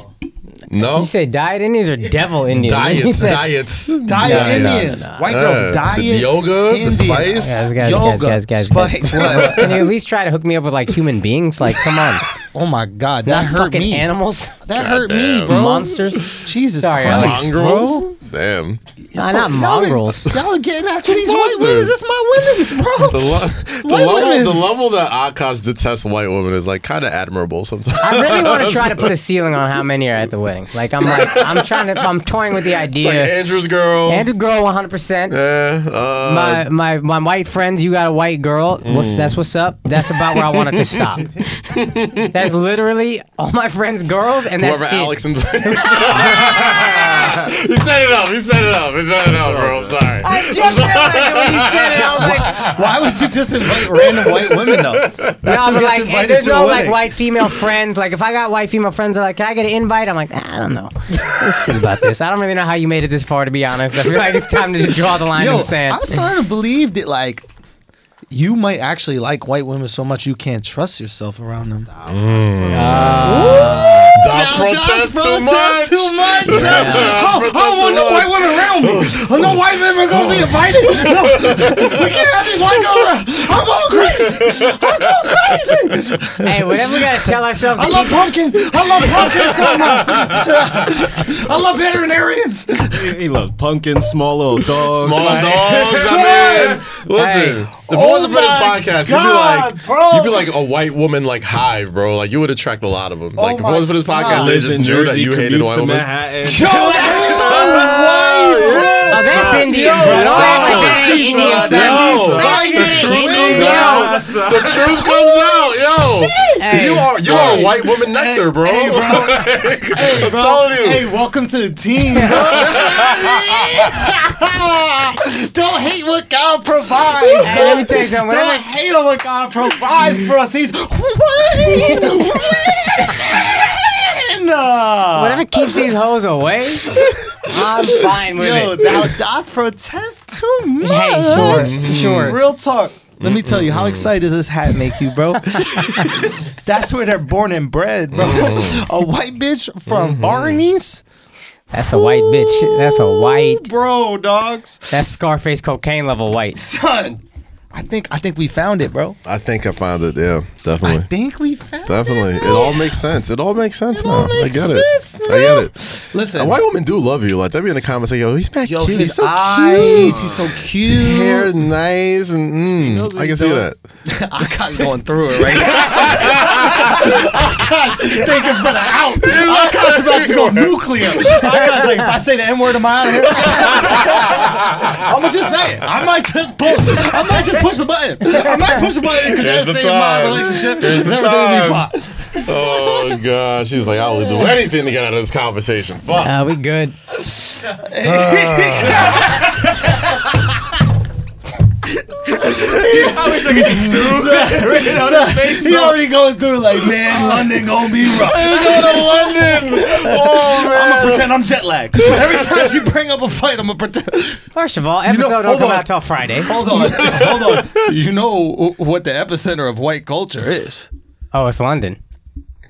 Speaker 3: No,
Speaker 2: You say diet Indians or devil Indians? You
Speaker 3: diets,
Speaker 2: said-
Speaker 3: diets,
Speaker 5: Diet
Speaker 3: Yeah, yeah.
Speaker 5: Indians. White
Speaker 3: Yeah.
Speaker 5: girls,
Speaker 3: The
Speaker 5: diet.
Speaker 3: yoga, the
Speaker 5: Indians.
Speaker 3: spice.
Speaker 2: Guys, guys,
Speaker 5: Yoga,
Speaker 2: guys, guys, guys,
Speaker 5: spice,
Speaker 2: guys.
Speaker 5: what?
Speaker 2: Can you at least try to hook me up with like human beings? Like, come on,
Speaker 5: Oh my God, that
Speaker 2: not
Speaker 5: hurt
Speaker 2: fucking
Speaker 5: me.
Speaker 2: animals,
Speaker 5: that hurt me,
Speaker 3: Goddamn.
Speaker 5: bro.
Speaker 2: monsters.
Speaker 5: Jesus
Speaker 2: Sorry, I'm
Speaker 5: Christ, bro.
Speaker 3: mongrels. Damn,
Speaker 2: Nah, not
Speaker 5: Y'all are-
Speaker 2: mongrels.
Speaker 5: Y'all are getting after these white
Speaker 3: monsters.
Speaker 5: women. It's my women's, bro.
Speaker 3: the, lo- the
Speaker 5: White
Speaker 3: level,
Speaker 5: women's.
Speaker 3: the level that Akash detests white women is like kind of admirable sometimes.
Speaker 2: I really want to try to put a ceiling on how many are at the wedding. Like, I'm like, I'm trying to, I'm toying with the
Speaker 3: It's like
Speaker 2: idea.
Speaker 3: Andrew's girl.
Speaker 2: And to grow 100. percent
Speaker 3: Yeah, uh,
Speaker 2: My my my white friends, you got a white girl. What's, that's what's up. That's about where I wanted to stop. that's literally all my friends' girls, and that's
Speaker 3: whoever
Speaker 2: it.
Speaker 3: Alex and you set it up. You set it up. You set it up, bro. I'm sorry.
Speaker 2: I just realized when you said it, I was like,
Speaker 5: Why would you just invite random white women though? That's
Speaker 2: no, but
Speaker 5: who gets
Speaker 2: like,
Speaker 5: invited
Speaker 2: and there's
Speaker 5: to a
Speaker 2: no like
Speaker 5: wedding.
Speaker 2: white female friends. Like, if I got white female friends, they're like, "Can I get an invite?" I'm like, "Ah, I don't know. Let's think about this. I don't really know how you made it this far, to be honest. I feel like it's time to just draw the line in
Speaker 5: Yo,
Speaker 2: the sand.
Speaker 5: I'm starting to believe that like you might actually like white women so much you can't trust yourself around them.
Speaker 3: Don't protest too much.
Speaker 5: much.
Speaker 3: Oh, I don't want no white
Speaker 5: women around me. No white women gonna be invited. No, we can't have these white girls. around. I'm going crazy. I'm going crazy.
Speaker 2: hey, whatever we gotta tell ourselves.
Speaker 5: I
Speaker 2: to
Speaker 5: love pumpkin. I love pumpkin so much. I love veterinarians.
Speaker 4: He, he loves pumpkins, small little dogs.
Speaker 3: Small
Speaker 4: Like,
Speaker 3: dogs, I mean, listen. If it wasn't for this podcast,
Speaker 5: oh God,
Speaker 3: you'd be like,
Speaker 5: bro.
Speaker 3: you'd be like a white woman like hive, bro. Like you would attract a lot of them. like if it
Speaker 5: Oh my
Speaker 3: wasn't for this podcast,
Speaker 5: God.
Speaker 3: they
Speaker 4: Lives
Speaker 3: just
Speaker 4: in
Speaker 3: knew that
Speaker 4: Jersey,
Speaker 3: you hated
Speaker 4: commutes
Speaker 3: white
Speaker 4: to
Speaker 3: women.
Speaker 4: Manhattan.
Speaker 5: that's so
Speaker 2: Oh, that's Indian, bro.
Speaker 5: yo,
Speaker 2: Don't act like that ain't
Speaker 3: yo,
Speaker 2: Indian, son.
Speaker 3: yo,
Speaker 2: Don't act like
Speaker 5: the
Speaker 2: that ain't
Speaker 5: truth
Speaker 2: Indian,
Speaker 5: comes
Speaker 2: yo.
Speaker 5: out.
Speaker 3: The truth comes out, yo.
Speaker 2: Hey.
Speaker 3: You are you are a white woman nectar, bro.
Speaker 5: Hey, bro.
Speaker 3: I'm
Speaker 5: Bro,
Speaker 3: telling you.
Speaker 5: Hey, welcome to the team. bro. Don't hate what God provides.
Speaker 2: Hey, let me tell you something.
Speaker 5: Don't
Speaker 2: Whenever,
Speaker 5: hate on what God provides for us. He's winning.
Speaker 2: whatever keeps these hoes away, I'm fine with
Speaker 5: Yo,
Speaker 2: it.
Speaker 5: now that protest too much.
Speaker 2: Hey, sure, sure.
Speaker 5: Real talk. Let me tell you, how excited does this hat make you, bro? That's where they're born and bred, bro.
Speaker 2: Mm.
Speaker 5: A white bitch
Speaker 2: Mm-hmm.
Speaker 5: from Barney's,
Speaker 2: That's a white bitch. That's a white.
Speaker 5: bro, dogs.
Speaker 2: That's Scarface cocaine level white.
Speaker 5: Son, I think I think we found it, bro.
Speaker 3: I think I found it. Yeah,
Speaker 5: I
Speaker 3: definitely.
Speaker 5: think we found
Speaker 3: Definitely.
Speaker 5: it.
Speaker 3: It all makes sense. It all makes sense now. I
Speaker 5: makes
Speaker 3: get
Speaker 5: sense
Speaker 3: it. I
Speaker 5: now.
Speaker 3: get it.
Speaker 5: Listen.
Speaker 3: And white women do love you. Like, they be in the comments like, yo, he's back
Speaker 5: Yo,
Speaker 3: cute.
Speaker 5: his
Speaker 3: He's so
Speaker 5: eyes.
Speaker 3: cute.
Speaker 5: He's so cute.
Speaker 3: Hair nice and mm, I can see that.
Speaker 5: I got going through it right now. Thinking for the out. I was about to go nuclear. I was like, if I say the N word, am I out of here? I'm gonna just say it. I might just pull. I might just push the button. I might push the button because
Speaker 3: Here's the
Speaker 5: that's saved my
Speaker 3: time.
Speaker 5: relationship.
Speaker 3: Here's
Speaker 5: and
Speaker 3: the
Speaker 5: everything will be
Speaker 3: time.
Speaker 5: fine.
Speaker 3: Oh gosh, she's like, I will do anything to get out of this conversation. Fuck.
Speaker 2: Uh, we good.
Speaker 5: He already going through like, man, London gonna be rough.
Speaker 3: Oh man.
Speaker 5: I'm gonna pretend I'm jet lagged. Every time she bring up a fight, I'm gonna pretend.
Speaker 2: First of all, episode don't
Speaker 5: hold
Speaker 2: come
Speaker 5: on.
Speaker 2: out till Friday.
Speaker 5: Hold on, hold on. You know what the epicenter of white culture is?
Speaker 2: Oh, it's London.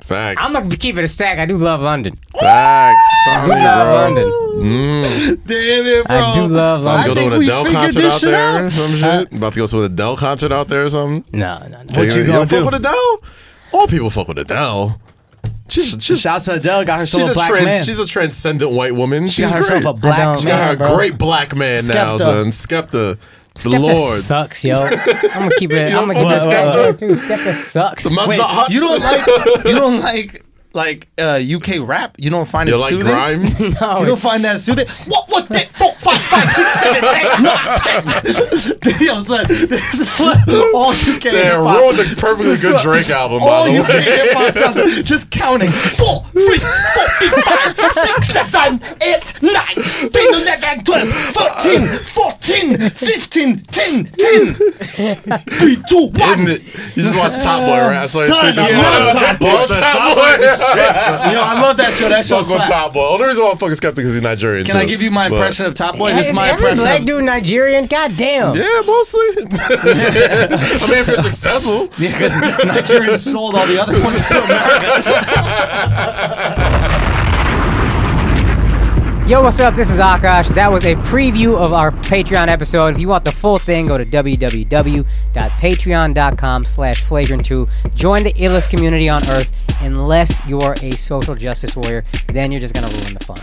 Speaker 3: Facts.
Speaker 2: I'm gonna keep it a stack. I do love London.
Speaker 3: Facts. Tommy,
Speaker 2: I love
Speaker 3: bro.
Speaker 2: London.
Speaker 5: Damn it, bro.
Speaker 2: I do love
Speaker 3: About to go
Speaker 2: London.
Speaker 5: think
Speaker 3: to an
Speaker 5: we
Speaker 3: Adele
Speaker 5: figured
Speaker 3: concert
Speaker 5: this
Speaker 3: out
Speaker 5: shit
Speaker 3: there or
Speaker 5: out.
Speaker 3: some shit. About to go to an Adele concert out there or something.
Speaker 2: No, no, no.
Speaker 3: What
Speaker 5: you gonna do?
Speaker 3: Fuck with Adele? All people fuck with Adele. She's, she's,
Speaker 5: Shouts to Adele, got herself
Speaker 3: she's,
Speaker 5: a
Speaker 3: a,
Speaker 5: black man.
Speaker 3: trans, she's a transcendent white woman.
Speaker 5: she
Speaker 3: she's
Speaker 5: got herself
Speaker 3: great.
Speaker 5: a black
Speaker 2: don't-
Speaker 3: She's got
Speaker 5: man,
Speaker 3: her
Speaker 5: bro.
Speaker 3: great black man now,
Speaker 5: Skepta.
Speaker 3: son. Skepta. The
Speaker 2: Skepta
Speaker 3: Lord.
Speaker 2: sucks, yo. I'm gonna keep it.
Speaker 3: You
Speaker 2: I'm
Speaker 3: don't
Speaker 2: gonna keep
Speaker 3: fuck
Speaker 2: it.
Speaker 3: with Skepta?
Speaker 2: Dude, Skepta sucks.
Speaker 3: Mum's
Speaker 5: Wait,
Speaker 3: not hot.
Speaker 5: you don't like you don't like like uh, UK rap. You don't find
Speaker 3: You
Speaker 5: it
Speaker 3: like
Speaker 5: soothing.
Speaker 3: grime?
Speaker 2: No,
Speaker 5: You don't
Speaker 2: it's-
Speaker 5: find that soothing. What? What? That? Four, five, five, six, seven, eight, nine, ten. Yo, son, this is what all UK
Speaker 3: Damn,
Speaker 5: hip-hop-
Speaker 3: ruined a perfectly good Drake album, by
Speaker 5: all
Speaker 3: the
Speaker 5: UK
Speaker 3: way.
Speaker 5: hip-hop sounds- Just counting four, three, four, five, six, seven, eight, nine, ten, eleven, twelve, thirteen, fourteen, fifteen, ten, ten. Three, two,
Speaker 3: Isn't
Speaker 5: one.
Speaker 3: it? You just watch Top Boy, right? I saw you
Speaker 5: Son,
Speaker 3: take this
Speaker 5: I love Top
Speaker 3: one. Love Top Boy.
Speaker 5: Yo, I love that show. That show
Speaker 3: Fuck with
Speaker 5: slaps.
Speaker 3: Top Boy. Only reason why I'm fucking skeptical is he's Nigerian.
Speaker 5: Can I
Speaker 3: too.
Speaker 5: give you my
Speaker 3: But-
Speaker 5: impression of Top Boy?
Speaker 2: Is
Speaker 5: This is my
Speaker 2: every
Speaker 5: impression.
Speaker 2: black
Speaker 5: of-
Speaker 2: dude Nigerian? God damn.
Speaker 3: Yeah, mostly. I mean, if you're successful.
Speaker 5: Yeah, because Nigerians sold all the other ones to America.
Speaker 2: Yo, what's up? This is Akash. That was a preview of our Patreon episode. If you want the full thing, go to www.patreon.com slash flagrant2. Join the illest community on earth unless you're a social justice warrior. Then you're just going to ruin the fun.